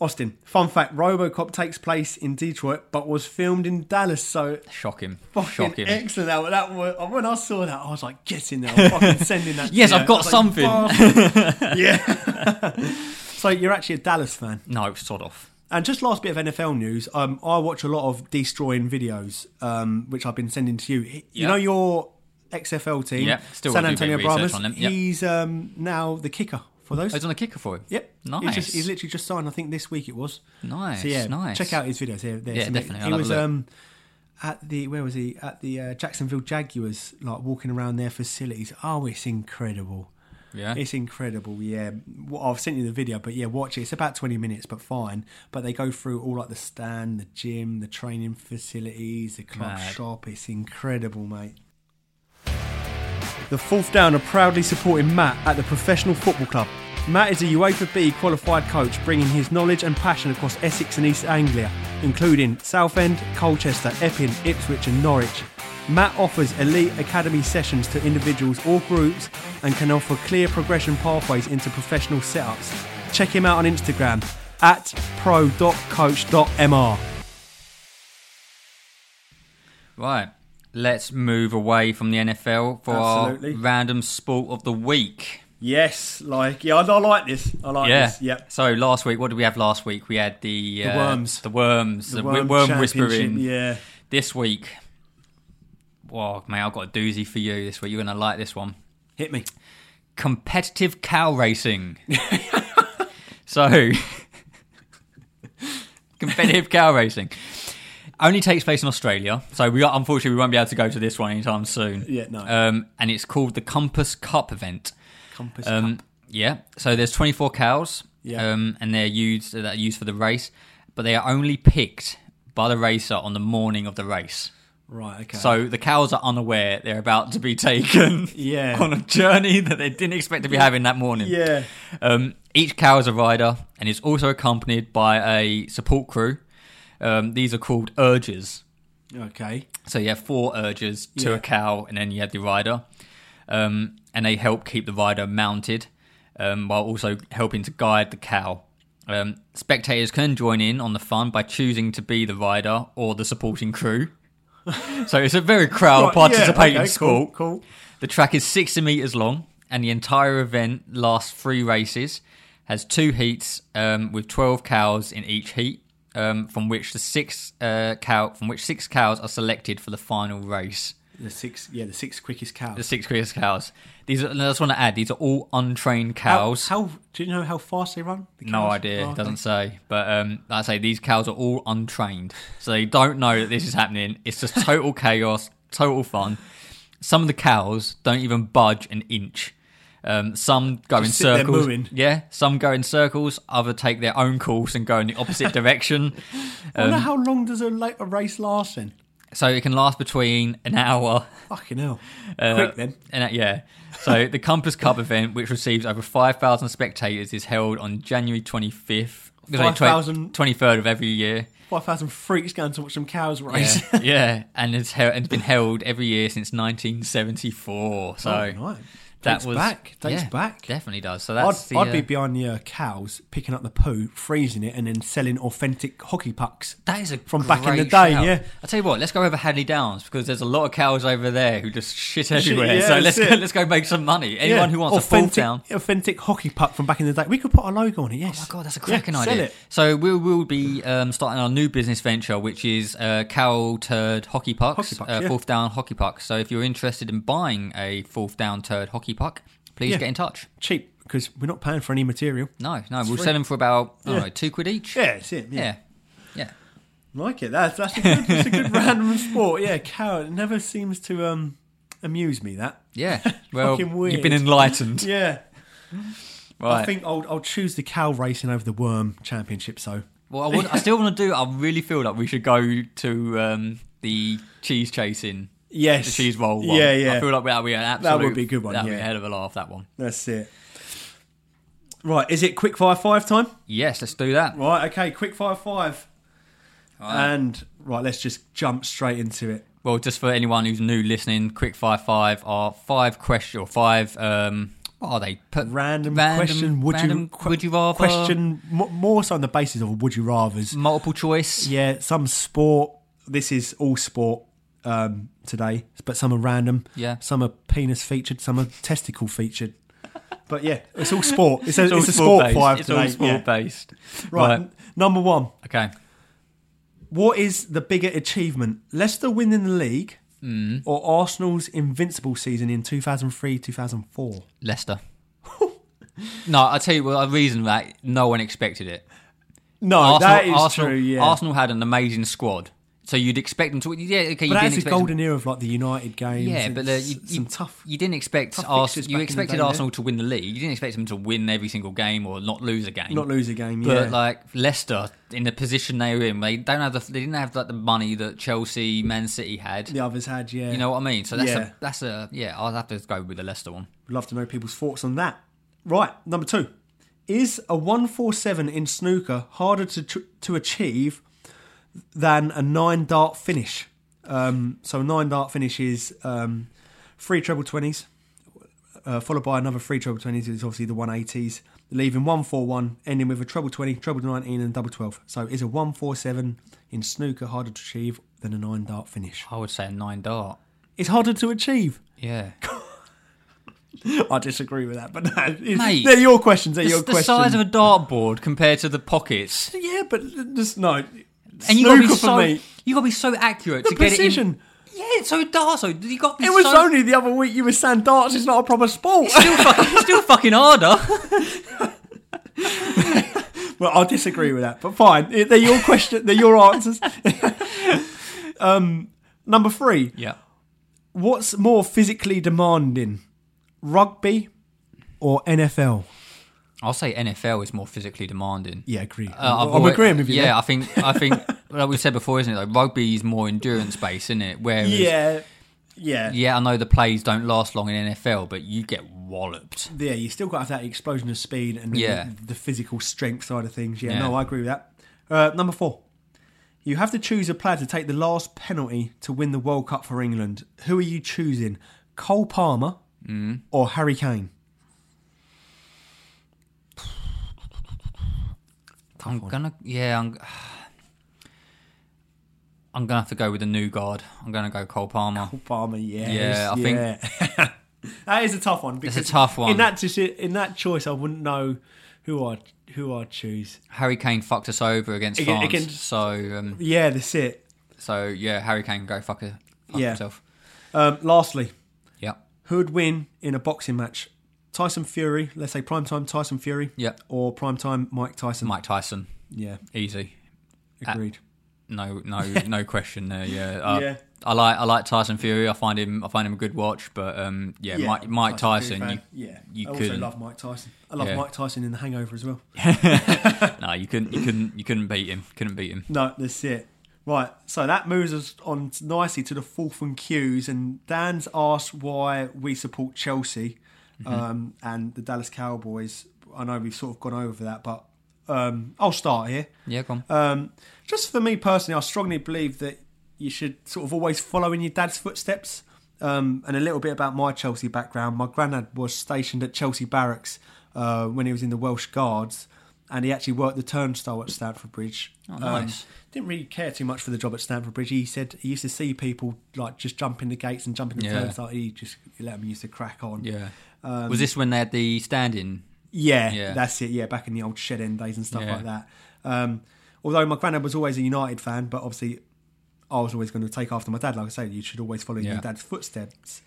Speaker 1: Austin. Fun fact: RoboCop takes place in Detroit, but was filmed in Dallas. So
Speaker 2: Shocking.
Speaker 1: fucking
Speaker 2: Shocking.
Speaker 1: excellent. That, that was, when I saw that, I was like, get in there. I'm fucking sending that. to
Speaker 2: <laughs> Yes,
Speaker 1: you.
Speaker 2: I've got
Speaker 1: I was
Speaker 2: something. <laughs>
Speaker 1: bastard. yeah. <laughs> so you're actually a Dallas fan.
Speaker 2: no, sod off.
Speaker 1: And just last bit of NFL news, um, I watch a lot of destroying videos, um, which I've been sending to you. You
Speaker 2: Yeah.
Speaker 1: know your XFL team,
Speaker 2: Yeah, still
Speaker 1: San
Speaker 2: gotta do a bit
Speaker 1: Antonio
Speaker 2: of research
Speaker 1: Brahmas.
Speaker 2: on them, yeah.
Speaker 1: He's um, now the kicker for those.
Speaker 2: I was on a kicker for him.
Speaker 1: Yep,
Speaker 2: Nice.
Speaker 1: He's, just, he's literally just signed. I think this week it was.
Speaker 2: Nice,
Speaker 1: So yeah,
Speaker 2: nice.
Speaker 1: check out his videos. There,
Speaker 2: Yeah, definitely, I'll
Speaker 1: He
Speaker 2: have a
Speaker 1: was
Speaker 2: look.
Speaker 1: um, at the where was he at the uh, Jacksonville Jaguars, like walking around their facilities. Oh, it's incredible.
Speaker 2: yeah.
Speaker 1: It's incredible, yeah. What- I've sent you the video, but yeah, watch it. It's about 20 minutes, but fine. But they go through all like the stand, the gym, the training facilities, the club
Speaker 2: Mad.
Speaker 1: shop. It's incredible, mate. The fourth down are proudly supporting Matt at the Professional Football Club. Matt is a UEFA B qualified coach, bringing his knowledge and passion across Essex and East Anglia, including Southend, Colchester, Epping, Ipswich, and Norwich. Matt offers elite academy sessions to individuals or groups and can offer clear progression pathways into professional setups. Check him out on Instagram at pro.coach.mr.
Speaker 2: Right. Let's move away from the NFL for
Speaker 1: Absolutely.
Speaker 2: our random sport of the week.
Speaker 1: Yes, like, yeah, I, I like this. I like
Speaker 2: Yeah. So last week, what did we have last week? We had the, uh,
Speaker 1: worms.
Speaker 2: The worms. The, worm, whispering.
Speaker 1: Yeah.
Speaker 2: This week, wow, mate, I've got a doozy for you this week. You're going to like this one.
Speaker 1: Hit me.
Speaker 2: Competitive
Speaker 1: <laughs>
Speaker 2: cow racing. so, <laughs> competitive cow racing only takes place in Australia. So we are, unfortunately we won't be able to go to this one anytime soon.
Speaker 1: Yeah, no.
Speaker 2: Um, and it's called the Compass Cup event.
Speaker 1: Compass
Speaker 2: Um, yeah. So there's 24 cows.
Speaker 1: Yeah.
Speaker 2: Um, and they're used that are used for the race, but they are only picked by the racer on the morning of the race.
Speaker 1: Right. Okay.
Speaker 2: So the cows are unaware they're about to be taken
Speaker 1: Yeah.
Speaker 2: on a journey that they didn't expect to be having that morning.
Speaker 1: yeah,
Speaker 2: Um, each cow is a rider and is also accompanied by a support crew. Um, these are called urges.
Speaker 1: okay.
Speaker 2: So you have four urges to
Speaker 1: Yeah.
Speaker 2: a cow, and then you have the rider, um, and they help keep the rider mounted um, while also helping to guide the cow. Um, spectators can join in on the fun by choosing to be the rider or the supporting
Speaker 1: <laughs>
Speaker 2: crew. so it's a very crowd participating sport.
Speaker 1: Cool.
Speaker 2: The track is 60 meters long, and the entire event lasts three races. has two heats um, with 12 cows in each heat, um, from which the six uh, cow from which six cows are selected for the final race.
Speaker 1: The six, yeah, the six quickest cows.
Speaker 2: The six quickest cows. These are, and I just want to add these are all untrained
Speaker 1: How-
Speaker 2: cows.
Speaker 1: How, do you know how fast they run? The
Speaker 2: no
Speaker 1: cows?
Speaker 2: idea.
Speaker 1: Oh,
Speaker 2: It doesn't say. But um, like I say these cows are all untrained, so they don't know that this is happening. It's just total <laughs> chaos, total fun. Some of the cows don't even budge an inch. Um, some go
Speaker 1: Just sit
Speaker 2: in
Speaker 1: there
Speaker 2: circles.
Speaker 1: mooing.
Speaker 2: Yeah, some go in circles. Other take their own course and go in the
Speaker 1: <laughs>
Speaker 2: opposite direction.
Speaker 1: I
Speaker 2: Um,
Speaker 1: wonder how long does a, like, a race last then?
Speaker 2: So it can last between an hour
Speaker 1: Fucking hell.
Speaker 2: Uh,
Speaker 1: Quick then.
Speaker 2: And uh, yeah. So the Compass Cup event, which receives over 5,000 spectators, is held on January 25th. Sorry,
Speaker 1: 5,000?
Speaker 2: 23rd of every year.
Speaker 1: 5,000 freaks going to watch some cows race. <laughs>
Speaker 2: Yeah. <laughs> yeah. And it's, hel- it's been held every year since 1974. So
Speaker 1: Oh, right.
Speaker 2: that
Speaker 1: Dates
Speaker 2: was.
Speaker 1: back. Dates
Speaker 2: yeah,
Speaker 1: back.
Speaker 2: Definitely does. So
Speaker 1: I'd,
Speaker 2: that's. the,
Speaker 1: I'd
Speaker 2: uh,
Speaker 1: be behind the uh, cows picking up the poo, freezing it, and then selling authentic hockey pucks.
Speaker 2: That is a
Speaker 1: From back in the
Speaker 2: great
Speaker 1: day,
Speaker 2: shout.
Speaker 1: yeah.
Speaker 2: I tell you what, let's go over Hadley Downs because there's a lot of cows over there who just shit everywhere.
Speaker 1: yeah,
Speaker 2: so let's
Speaker 1: that's
Speaker 2: go,
Speaker 1: it.
Speaker 2: let's go make some money.
Speaker 1: Yeah.
Speaker 2: Anyone who wants a
Speaker 1: authentic,
Speaker 2: fall down,
Speaker 1: authentic hockey puck from back in the day. We could put a logo on it. Yes.
Speaker 2: Oh my god, that's a cracking
Speaker 1: yeah,
Speaker 2: idea.
Speaker 1: Sell it.
Speaker 2: So we will be um, starting our new business venture, which is uh, cow turd hockey pucks,
Speaker 1: Hockey pucks,
Speaker 2: uh,
Speaker 1: yeah.
Speaker 2: fourth down hockey pucks. So if you're interested in buying a fourth down turd hockey puck, please
Speaker 1: Yeah.
Speaker 2: get in touch.
Speaker 1: Cheap because we're not paying for any material.
Speaker 2: No, no, we'll
Speaker 1: free.
Speaker 2: sell them for about I don't
Speaker 1: Yeah.
Speaker 2: know, two quid each.
Speaker 1: Yeah, that's it. Yeah.
Speaker 2: yeah, yeah.
Speaker 1: Like it. That's that's a good, that's a
Speaker 2: <laughs>
Speaker 1: good random sport. Yeah, cow. It never seems to um amuse me. That.
Speaker 2: yeah. Well,
Speaker 1: <laughs> Fucking weird.
Speaker 2: you've been enlightened.
Speaker 1: Yeah.
Speaker 2: right.
Speaker 1: I think I'll I'll choose the cow racing over the worm championship. So.
Speaker 2: well, I, want, I still want to do. I really feel like we should go to um, the cheese chasing.
Speaker 1: Yes.
Speaker 2: The cheese roll one.
Speaker 1: Yeah, yeah.
Speaker 2: I feel like that would be an absolute.
Speaker 1: would be a good one,
Speaker 2: That would be
Speaker 1: yeah.
Speaker 2: a hell of a laugh. That one.
Speaker 1: That's it. Right, is it quick fire five time?
Speaker 2: Yes, let's do that.
Speaker 1: Right, okay, quick fire five. And right, let's just jump straight into it.
Speaker 2: Well, just for anyone who's new listening, quick five five are five question or five. Um, what are they? Put
Speaker 1: Random, question. Would you?
Speaker 2: random
Speaker 1: que-
Speaker 2: would you rather
Speaker 1: Question mo- more so on the basis of would you rather's.
Speaker 2: multiple choice?
Speaker 1: Yeah, some sport. This is all sport um, today, but some are random.
Speaker 2: Yeah.
Speaker 1: some are penis featured, some are testicle featured. But yeah, it's all sport. It's a, it's
Speaker 2: all
Speaker 1: a sport
Speaker 2: based.
Speaker 1: five
Speaker 2: It's
Speaker 1: today.
Speaker 2: all sport
Speaker 1: yeah.
Speaker 2: based.
Speaker 1: Right,
Speaker 2: Right.
Speaker 1: n- number one.
Speaker 2: Okay.
Speaker 1: What is the bigger achievement? Leicester winning the league or Arsenal's invincible season in 2003 2004? <laughs>
Speaker 2: Leicester. no, I tell you what. A reason that no one expected it.
Speaker 1: No, Oh, that is
Speaker 2: Arsenal,
Speaker 1: true, yeah.
Speaker 2: Arsenal had an amazing squad, so you'd expect them to. Yeah, okay. you
Speaker 1: but
Speaker 2: didn't
Speaker 1: that's the
Speaker 2: expect them-
Speaker 1: golden era of like the United games.
Speaker 2: Yeah,
Speaker 1: and
Speaker 2: but uh, you,
Speaker 1: s-
Speaker 2: you,
Speaker 1: some tough.
Speaker 2: you didn't expect
Speaker 1: tough fixtures
Speaker 2: Arsenal. You
Speaker 1: back in the
Speaker 2: expected
Speaker 1: day, yeah.
Speaker 2: Arsenal to win the league. You didn't expect them to win every single game or not lose a game.
Speaker 1: Not lose a game,
Speaker 2: But
Speaker 1: yeah.
Speaker 2: like Leicester, in the position they were in, they don't have the, they didn't have like the money that Chelsea, Man City had.
Speaker 1: the others had, yeah.
Speaker 2: You know what I mean? So that's
Speaker 1: Yeah.
Speaker 2: a that's a yeah. I'll have to go with the Leicester one.
Speaker 1: Would love to know people's thoughts on that. Right, number two. Is a 147 in snooker harder to, tr- to achieve than a nine dart finish? Um, so, a nine dart finish is um, three treble 20s, uh, followed by another three treble 20s, is obviously the 180s, leaving 141, ending with a treble 20, treble 19, and double 12. So, is a 147 in snooker harder to achieve than a nine dart finish?
Speaker 2: I would say a nine dart.
Speaker 1: It's harder to achieve.
Speaker 2: Yeah,
Speaker 1: I disagree with that, but <laughs> no, it's-
Speaker 2: Mate,
Speaker 1: they're your questions. They're your
Speaker 2: the, the
Speaker 1: questions.
Speaker 2: size of a dartboard compared to the pockets,
Speaker 1: yeah, but just no.
Speaker 2: and you got to be
Speaker 1: Snooker for
Speaker 2: so
Speaker 1: me.
Speaker 2: you got to be so accurate
Speaker 1: The
Speaker 2: to
Speaker 1: precision.
Speaker 2: get it in. Yeah, so dart. So you got.
Speaker 1: It was
Speaker 2: so,
Speaker 1: only the other week you were saying darts is not a proper sport.
Speaker 2: still fucking still fucking harder.
Speaker 1: <laughs> well, I disagree with that, but fine. It- They're your question. They're your
Speaker 2: <laughs>
Speaker 1: answers. um, number three.
Speaker 2: Yeah.
Speaker 1: What's more physically demanding, rugby or NFL?
Speaker 2: I'll say NFL is more physically demanding.
Speaker 1: Yeah, agree.
Speaker 2: Uh, I've
Speaker 1: I'm,
Speaker 2: always-
Speaker 1: agreeing with you.
Speaker 2: Yeah,
Speaker 1: there.
Speaker 2: I think I think like we said before, isn't it? Like rugby is more endurance based, isn't it? Whereas
Speaker 1: yeah, yeah, yeah.
Speaker 2: yeah, I know the plays don't last long in NFL, but you get walloped.
Speaker 1: You still got to have that explosion of speed and
Speaker 2: Yeah.
Speaker 1: the, the physical strength side of things. Yeah,
Speaker 2: Yeah.
Speaker 1: no, I agree with that. Uh, number four. You have to choose a player to take the last penalty to win the World Cup for England. Who are you choosing? Cole Palmer
Speaker 2: Mm.
Speaker 1: or Harry Kane?
Speaker 2: I'm gonna yeah, I'm I'm gonna have to go with the new guard. I'm gonna go Cole Palmer.
Speaker 1: Cole Palmer, yes.
Speaker 2: Yeah, I
Speaker 1: think <laughs> that is a tough one. Because
Speaker 2: tough one.
Speaker 1: In that, deci- in that choice, I wouldn't know who I who I choose.
Speaker 2: Harry Kane fucked us over against
Speaker 1: Again-
Speaker 2: France.
Speaker 1: against-
Speaker 2: So, um,
Speaker 1: Yeah, that's it.
Speaker 2: so yeah, Harry Kane can go fuck, her, fuck
Speaker 1: Yeah.
Speaker 2: himself.
Speaker 1: Um, lastly,
Speaker 2: Yep.
Speaker 1: who would win in a boxing match? Tyson Fury, let's say primetime Tyson Fury,
Speaker 2: Yep.
Speaker 1: or primetime Mike Tyson.
Speaker 2: Mike Tyson,
Speaker 1: Yeah,
Speaker 2: easy. Uh,
Speaker 1: agreed.
Speaker 2: No, no,
Speaker 1: <laughs>
Speaker 2: no question there. Yeah. Uh,
Speaker 1: Yeah.
Speaker 2: I like I like Tyson Fury. I find him I find him a good watch, but um, yeah,
Speaker 1: Yeah,
Speaker 2: Mike, Mike
Speaker 1: Fury
Speaker 2: Tyson.
Speaker 1: fan.
Speaker 2: you,
Speaker 1: yeah,
Speaker 2: you
Speaker 1: I also
Speaker 2: couldn't.
Speaker 1: love Mike Tyson. I love
Speaker 2: Yeah.
Speaker 1: Mike Tyson in The Hangover as well.
Speaker 2: No, you couldn't. You couldn't. You couldn't beat him. Couldn't
Speaker 1: <laughs>
Speaker 2: beat him.
Speaker 1: No, that's it. Right, so that moves us on nicely to the fourth and cues. And Dan's asked why we support Chelsea
Speaker 2: Mm-hmm.
Speaker 1: um, and the Dallas Cowboys. I know we've sort of gone over that, but um, I'll start here.
Speaker 2: Yeah, come. on.
Speaker 1: Um, just for me personally, I strongly believe that you should sort of always follow in your dad's footsteps. Um, and a little bit about my Chelsea background. My granddad was stationed at Chelsea Barracks uh, when he was in the Welsh Guards, and he actually worked the turnstile at Stamford Bridge. Um,
Speaker 2: Oh, nice.
Speaker 1: didn't really care too much for the job at Stamford Bridge. He said he used to see people like just jumping the gates and jumping the
Speaker 2: Yeah.
Speaker 1: turnstile. He just he let them used to crack on.
Speaker 2: yeah.
Speaker 1: um,
Speaker 2: Was this when they had the stand-in?
Speaker 1: Yeah,
Speaker 2: Yeah.
Speaker 1: that's it. Yeah, back in the old shed end days and stuff
Speaker 2: Yeah.
Speaker 1: like that. Um, although my granddad was always a United fan, but obviously I was always going to take after my dad. Like I say, you should always follow in
Speaker 2: Yeah.
Speaker 1: your dad's footsteps.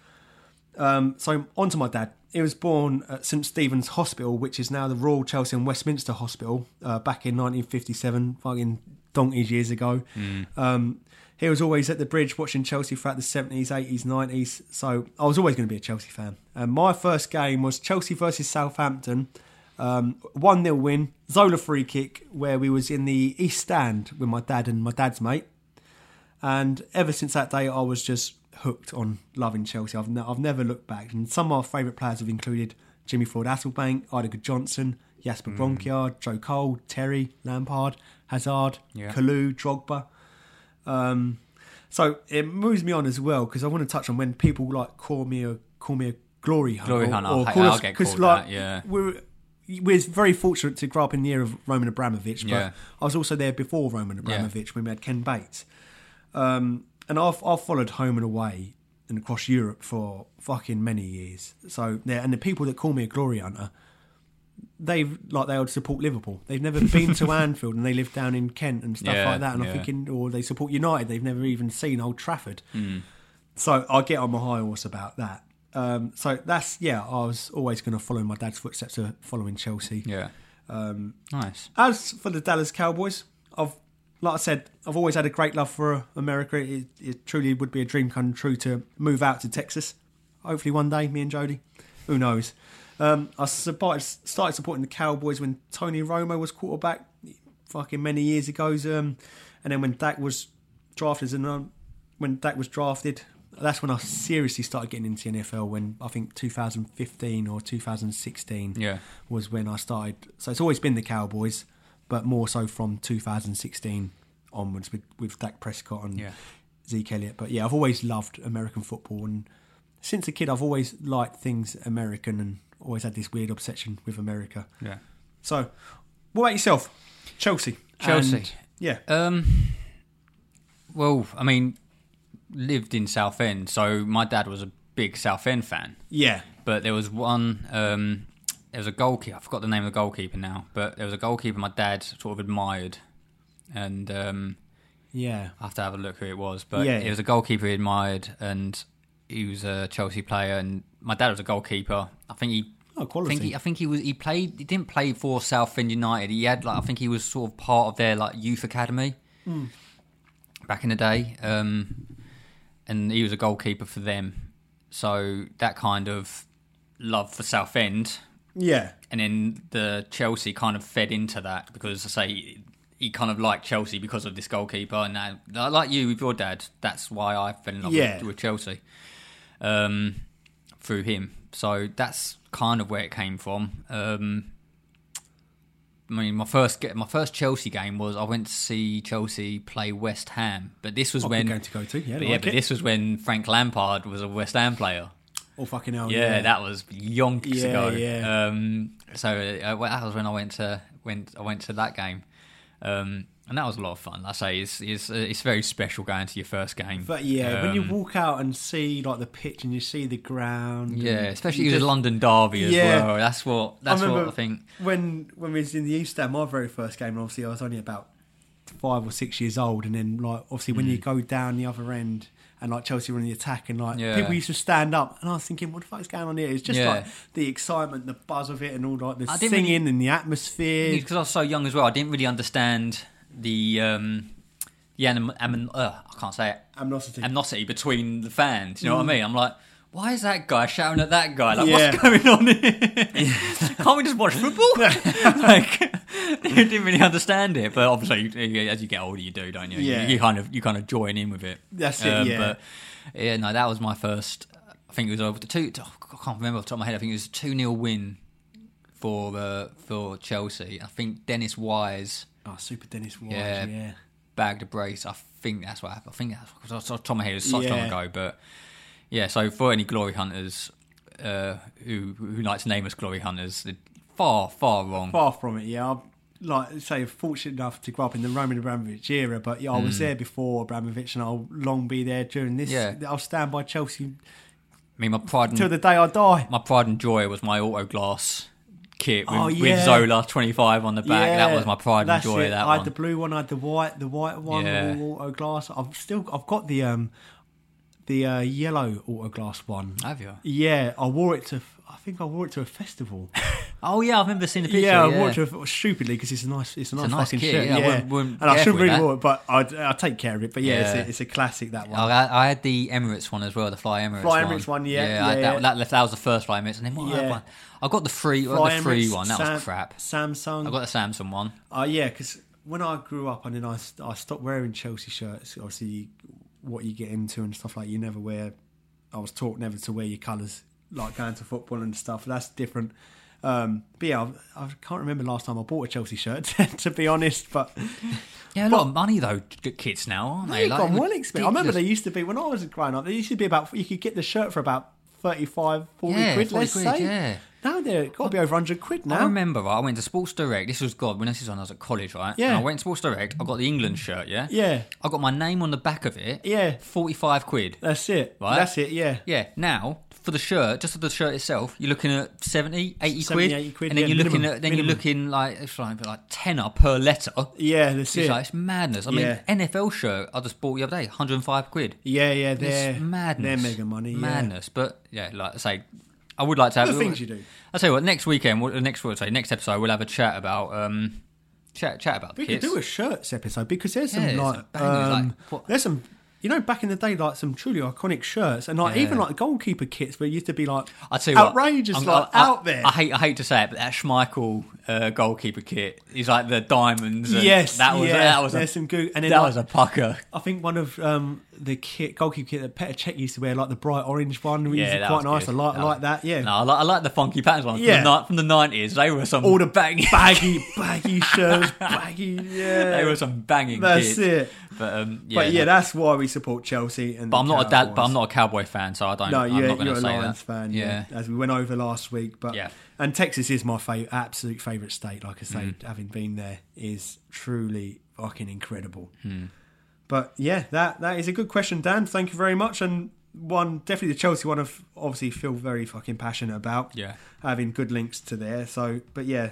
Speaker 1: Um, so on to my dad. He was born at St Stephen's Hospital, which is now the Royal Chelsea and Westminster Hospital, uh, back in 1957, fucking donkeys years ago.
Speaker 2: Mm.
Speaker 1: Um, he was always at the bridge watching Chelsea throughout the 70s, 80s, 90s. So I was always going to be a Chelsea fan. And my first game was Chelsea versus Southampton. Um, 1 0 win, Zola free kick, where we was in the East Stand with my dad and my dad's mate. And ever since that day, I was just hooked on loving Chelsea. I've, ne- I've never looked back. And some of my favourite players have included Jimmy Ford Hasselbank, Idega Johnson, Jasper
Speaker 2: Mm.
Speaker 1: Bronkiard, Joe Cole, Terry, Lampard, Hazard,
Speaker 2: Yeah.
Speaker 1: Kalou, Drogba. Um, so it moves me on as well because I want to touch on when people like call me a call me a glory hunter.
Speaker 2: Glory hunter, I hate- I'll get called that, yeah.
Speaker 1: we're we're very fortunate to grow up in the era of Roman Abramovich, but
Speaker 2: Yeah.
Speaker 1: I was also there before Roman Abramovich when we had Ken Bates. Um, and I've I've followed home and away and across Europe for fucking many years. So yeah, and the people that call me a glory hunter, they've like they would support Liverpool. They've never been
Speaker 2: <laughs>
Speaker 1: to Anfield and they live down in Kent and stuff
Speaker 2: Yeah,
Speaker 1: like that. And
Speaker 2: yeah.
Speaker 1: I'm thinking, or they support United. They've never even seen Old Trafford.
Speaker 2: Hmm.
Speaker 1: So I get on my high horse about that. Um, so that's yeah. I was always going to follow in my dad's footsteps of following Chelsea.
Speaker 2: Yeah. Um, nice.
Speaker 1: As for the Dallas Cowboys, I've like I said, I've always had a great love for America. It, it truly would be a dream come true to move out to Texas. Hopefully, one day, me and Jody. Who knows? Um, I supported, started supporting the Cowboys when Tony Romo was quarterback, fucking many years ago. Um, and then when Dak was drafted, as an, um, when Dak was drafted, that's when I seriously started getting into the NFL. When I think 2015 or 2016
Speaker 2: Yeah.
Speaker 1: was when I started. So it's always been the Cowboys, but more so from 2016 onwards with with Dak Prescott and
Speaker 2: Yeah.
Speaker 1: Zeke Elliott. But yeah, I've always loved American football, and since a kid, I've always liked things American and always had this weird obsession with America.
Speaker 2: Yeah.
Speaker 1: So, what about yourself, Chelsea?
Speaker 2: Chelsea.
Speaker 1: And- yeah,
Speaker 2: Um, well, I mean, lived in Southend, so my dad was a big Southend fan.
Speaker 1: yeah,
Speaker 2: But there was one. Um, there was a goalkeeper. I forgot the name of the goalkeeper now, but there was a goalkeeper my dad sort of admired, and um,
Speaker 1: yeah.
Speaker 2: I have to have a look who it was. But
Speaker 1: Yeah.
Speaker 2: it was a goalkeeper he admired, and he was a Chelsea player. And my dad was a goalkeeper. I think he.
Speaker 1: Oh, quality.
Speaker 2: I think he, I think he was. He played. He didn't play for Southend United. He had like. I think he was sort of part of their like youth academy back in the day. Um, and he was a goalkeeper for them. So that kind of love for Southend
Speaker 1: Yeah,
Speaker 2: and then the Chelsea kind of fed into that because I say he kind of liked Chelsea because of this goalkeeper, and now like you with your dad, that's why I fell in love
Speaker 1: Yeah.
Speaker 2: with, with Chelsea um, through him. So that's kind of where it came from. Um, I mean, my first ge- my first Chelsea game was I went to see Chelsea play West Ham, but this was
Speaker 1: I'll
Speaker 2: when
Speaker 1: be going Oh, to go to. Yeah,
Speaker 2: but
Speaker 1: like
Speaker 2: yeah,
Speaker 1: it.
Speaker 2: but this was when Frank Lampard was a West Ham player.
Speaker 1: oh fucking hell.
Speaker 2: Yeah, that was yonks
Speaker 1: Yeah,
Speaker 2: ago.
Speaker 1: yeah.
Speaker 2: Um, so uh, well, that was when I went to went I went to that game, Um, and that was a lot of fun. Like I say it's it's, uh, it's very special going to your first game.
Speaker 1: But yeah, when you
Speaker 2: Um,
Speaker 1: walk out and see like the pitch and you see the ground, and-
Speaker 2: yeah, especially it was a London derby as
Speaker 1: Yeah.
Speaker 2: well. That's what that's what I think.
Speaker 1: When when we was in the East End, my very first game, and obviously I was only about five or six years old, and then like obviously when you
Speaker 2: Mm.
Speaker 1: go down the other end and like Chelsea were in the attack, and like
Speaker 2: Yeah.
Speaker 1: people used to stand up, and I was thinking, what the fuck's going on here? It's just
Speaker 2: Yeah.
Speaker 1: like the excitement, the buzz of it, and all like the
Speaker 2: I
Speaker 1: singing
Speaker 2: didn't really-
Speaker 1: and the atmosphere.
Speaker 2: because I was so young as well, I didn't really understand the um, the anim- anim- uh, I can't say it
Speaker 1: Amnosity.
Speaker 2: amnosity between the fans. You know what I mean? I'm like, why is that guy shouting at that guy? Like,
Speaker 1: Mm. Yeah.
Speaker 2: what's going
Speaker 1: <laughs>
Speaker 2: on? Here? Can't we just watch football? <laughs> like, <laughs> you didn't really understand it, but obviously, you- as you get older, you do, don't you? You-
Speaker 1: Yeah.
Speaker 2: You, kind of you kind of join in with it. Um,
Speaker 1: That's it, yeah.
Speaker 2: But yeah, no, that was my first. I think it was over the two. oh, I can't remember off the top of my head. I think it was a two 0 win for uh, for Chelsea. I think Dennis Wise
Speaker 1: oh, Super Dennis Wise,
Speaker 2: Yeah.
Speaker 1: yeah.
Speaker 2: bagged a brace. I think that's what happened. I think that's because I was off the top of my head. It was such
Speaker 1: Yeah.
Speaker 2: long ago, but yeah. So for any glory hunters uh, who who like to name us glory hunters, they're far far wrong.
Speaker 1: Far from it, yeah. I'm, like I say, fortunate enough to grow up in the Roman Abramovich era, but yeah, I was there before Abramovich, and I'll long be there during this.
Speaker 2: Mm. Yeah.
Speaker 1: I'll stand by Chelsea
Speaker 2: I mean, my pride
Speaker 1: till
Speaker 2: and,
Speaker 1: the day I die.
Speaker 2: my pride and joy was my auto glass kit with,
Speaker 1: Oh,
Speaker 2: with
Speaker 1: yeah.
Speaker 2: Zola twenty five on the back. that
Speaker 1: Yeah,
Speaker 2: was my pride and
Speaker 1: that's
Speaker 2: joy.
Speaker 1: it.
Speaker 2: That
Speaker 1: I
Speaker 2: one.
Speaker 1: had the blue one, I had the white, the white one,
Speaker 2: Yeah.
Speaker 1: all auto glass. I've still, I've got the um, the uh, yellow auto glass one.
Speaker 2: Have you?
Speaker 1: Yeah, I wore it to. I think I wore it to a
Speaker 2: <laughs>
Speaker 1: festival.
Speaker 2: Oh yeah, I remember seeing the picture.
Speaker 1: yeah, I wore it to a, stupidly because it's a nice, it's a nice,
Speaker 2: nice
Speaker 1: fucking
Speaker 2: kit,
Speaker 1: shirt.
Speaker 2: yeah,
Speaker 1: Yeah,
Speaker 2: I wouldn't- wouldn't
Speaker 1: and I
Speaker 2: care
Speaker 1: shouldn't
Speaker 2: for
Speaker 1: really
Speaker 2: that.
Speaker 1: wore it, but I I take care of it. But yeah,
Speaker 2: Yeah.
Speaker 1: It's, a, it's a classic that one.
Speaker 2: I had, I had the Emirates one as well, the Fly Emirates
Speaker 1: Fly
Speaker 2: one.
Speaker 1: Emirates one, yeah,
Speaker 2: yeah, I had
Speaker 1: yeah,
Speaker 2: that, that, that was the first Fly Emirates, and then what other
Speaker 1: Yeah.
Speaker 2: one? I got the free,
Speaker 1: Fly
Speaker 2: the free
Speaker 1: Emirates,
Speaker 2: one. That
Speaker 1: Sam-
Speaker 2: was crap.
Speaker 1: Samsung.
Speaker 2: I got the Samsung one.
Speaker 1: Uh, yeah, because when I grew up, and then I, I stopped wearing Chelsea shirts. Obviously, what you get into and stuff like you never wear. I was taught never to wear your colours, like going to football and stuff. That's different. Um, but yeah, I, I can't remember last time I bought a Chelsea shirt, <laughs> to be honest. But
Speaker 2: Yeah, a lot of money though, t- kids now, aren't they?
Speaker 1: they've gone well
Speaker 2: ridiculous.
Speaker 1: expensive. I remember they used to be when I was growing up. They used to be about you could get the shirt for about 35, 40
Speaker 2: Yeah,
Speaker 1: quid.
Speaker 2: 40
Speaker 1: Let's
Speaker 2: quid,
Speaker 1: say
Speaker 2: yeah.
Speaker 1: now they're got to be over hundred quid
Speaker 2: I
Speaker 1: now.
Speaker 2: remember, right? I went to Sports Direct. This was God when this is on. I was at college, right?
Speaker 1: Yeah.
Speaker 2: And I went to Sports Direct. I got the England shirt. Yeah.
Speaker 1: Yeah.
Speaker 2: I got my name on the back of it.
Speaker 1: Yeah.
Speaker 2: Forty-five quid.
Speaker 1: That's it.
Speaker 2: Right.
Speaker 1: That's it. Yeah.
Speaker 2: Yeah. Now for the shirt, just for the shirt itself, you're looking at 70, 80 quid,
Speaker 1: 70, 80 quid,
Speaker 2: and then
Speaker 1: yeah,
Speaker 2: you're looking
Speaker 1: minimum,
Speaker 2: at then you're
Speaker 1: minimum.
Speaker 2: looking like it's like, like tenner per letter.
Speaker 1: Yeah. That's
Speaker 2: It's
Speaker 1: it.
Speaker 2: like it's madness. I
Speaker 1: Yeah.
Speaker 2: mean, NFL shirt I just bought the other day, 105 quid.
Speaker 1: Yeah, yeah, they're
Speaker 2: It's madness.
Speaker 1: They're mega money.
Speaker 2: Madness. But yeah, like I say, I would like to have
Speaker 1: The things you do.
Speaker 2: I'll tell you what. Next weekend, well, next week, sorry, next episode, we'll have a chat about um, chat chat about the
Speaker 1: Yeah. We could
Speaker 2: kids.
Speaker 1: do a shirts episode because there's some
Speaker 2: Yeah, there's
Speaker 1: like,
Speaker 2: some bangers,
Speaker 1: um,
Speaker 2: like, what-
Speaker 1: there's some. You know, back in the day, like some truly iconic shirts, and like
Speaker 2: Yeah.
Speaker 1: even like goalkeeper kits, where it used to be like
Speaker 2: I tell you what,
Speaker 1: outrageous,
Speaker 2: I'm-
Speaker 1: like
Speaker 2: I- I-
Speaker 1: out there.
Speaker 2: I hate, I hate to say it, but that Schmeichel uh, goalkeeper kit is like the diamonds. And
Speaker 1: yes,
Speaker 2: that was
Speaker 1: yeah,
Speaker 2: that was a,
Speaker 1: there's some good, and then
Speaker 2: that
Speaker 1: like,
Speaker 2: was a pucker.
Speaker 1: I think one of um, the kit goalkeeper kit that Petr Cech used to wear, like the bright orange one, which
Speaker 2: Yeah,
Speaker 1: is
Speaker 2: that
Speaker 1: quite
Speaker 2: was
Speaker 1: nice.
Speaker 2: good.
Speaker 1: I like
Speaker 2: That
Speaker 1: I
Speaker 2: was-
Speaker 1: like that. Yeah,
Speaker 2: No, I like, I like the funky patterns one.
Speaker 1: Yeah.
Speaker 2: Yeah. From, the, ni- from the nineties, they were some
Speaker 1: all the
Speaker 2: <laughs> banging.
Speaker 1: baggy, baggy
Speaker 2: <laughs>
Speaker 1: shirts, baggy. Yeah,
Speaker 2: they were some banging.
Speaker 1: that's
Speaker 2: kits.
Speaker 1: it.
Speaker 2: But um, yeah,
Speaker 1: But yeah,
Speaker 2: no,
Speaker 1: that's why we support Chelsea. And
Speaker 2: But I'm
Speaker 1: the
Speaker 2: not a dad. But
Speaker 1: Cowboys.
Speaker 2: I'm not a cowboy fan, so I don't.
Speaker 1: No,
Speaker 2: I'm
Speaker 1: you're,
Speaker 2: not going
Speaker 1: you're
Speaker 2: to
Speaker 1: a
Speaker 2: say
Speaker 1: Lions
Speaker 2: that.
Speaker 1: fan, yeah. As we went over last week, but
Speaker 2: Yeah.
Speaker 1: and Texas is my favorite, absolute favorite state. Like I say,
Speaker 2: Mm.
Speaker 1: having been there is truly fucking incredible.
Speaker 2: Hmm.
Speaker 1: But yeah, that that is a good question, Dan. Thank you very much. And one definitely the Chelsea one. I've obviously feel very fucking passionate about.
Speaker 2: Yeah.
Speaker 1: having good links to there. So, but yeah.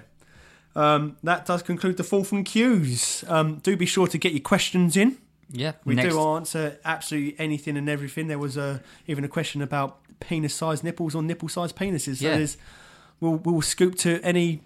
Speaker 1: Um, that does conclude the fall from cues. Um, do be sure to get your questions in.
Speaker 2: Yeah,
Speaker 1: We
Speaker 2: next-
Speaker 1: do answer absolutely anything and everything. There was a even a question about penis-sized nipples or nipple-sized penises. So
Speaker 2: Yeah.
Speaker 1: there's, we'll we'll scoop to any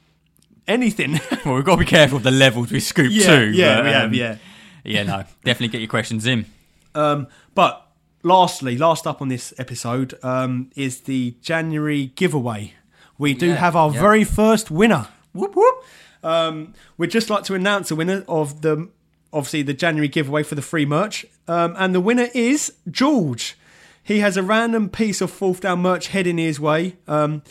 Speaker 1: anything.
Speaker 2: <laughs>
Speaker 1: <laughs>
Speaker 2: Well, we've got to be careful of the levels we scoop to.
Speaker 1: yeah,
Speaker 2: but,
Speaker 1: we have,
Speaker 2: um,
Speaker 1: yeah.
Speaker 2: yeah. No, definitely get your questions in.
Speaker 1: Um, but lastly, last up on this episode um, is the January giveaway. We do
Speaker 2: Yeah,
Speaker 1: have our
Speaker 2: yeah.
Speaker 1: very first winner. Whoop whoop. Um, we'd just like to announce the winner of the obviously the January giveaway for the free merch, um, and the winner is George. He has a random piece of fourth down merch heading his way. Um,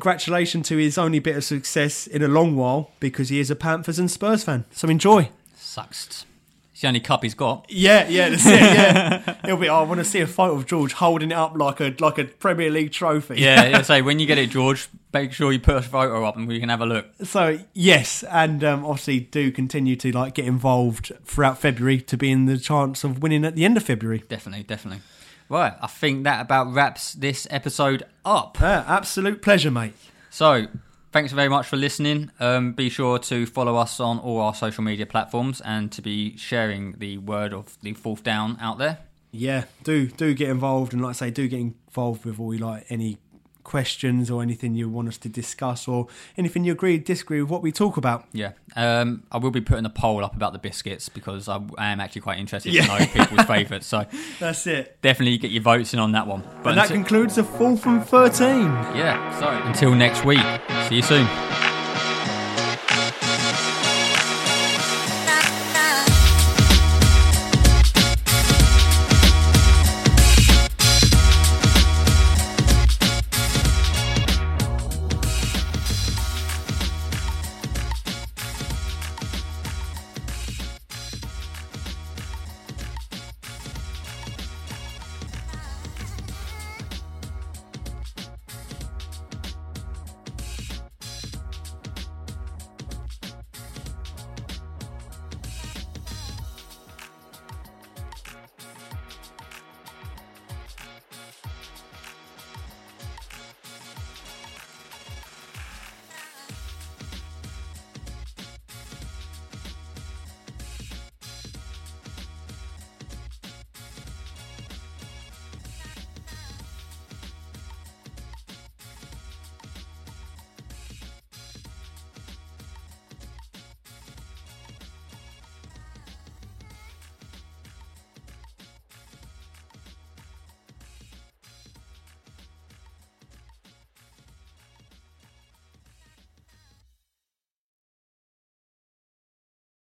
Speaker 1: congratulations to his only bit of success in a long while because he is a Panthers and Spurs fan. So enjoy.
Speaker 2: Sucks. It's the only cup he's got.
Speaker 1: Yeah, yeah, that's it. Yeah, it'll be. oh, I want to see a photo of George holding it up like a like a Premier League trophy.
Speaker 2: Yeah, yeah. So when you get it, George, make sure you put a photo up and we can have a look.
Speaker 1: So yes, and um, obviously do continue to like get involved throughout February to be in the chance of winning at the end of February.
Speaker 2: Definitely, definitely. Right, I think that about wraps this episode up.
Speaker 1: Uh, absolute pleasure, mate.
Speaker 2: So, thanks very much for listening. Um, be sure to follow us on all our social media platforms and to be sharing the word of the fourth down out there.
Speaker 1: Yeah, do do get involved, and like I say, do get involved with all like any questions or anything you want us to discuss or anything you agree disagree with what we talk about.
Speaker 2: Yeah, um, I will be putting a poll up about the biscuits because I, I am actually quite interested to know people's
Speaker 1: <laughs>
Speaker 2: favourites. So
Speaker 1: That's it.
Speaker 2: definitely get your votes in on that one. But
Speaker 1: And that
Speaker 2: until-
Speaker 1: concludes the fourth and thirteen.
Speaker 2: yeah, so until next week, see you soon.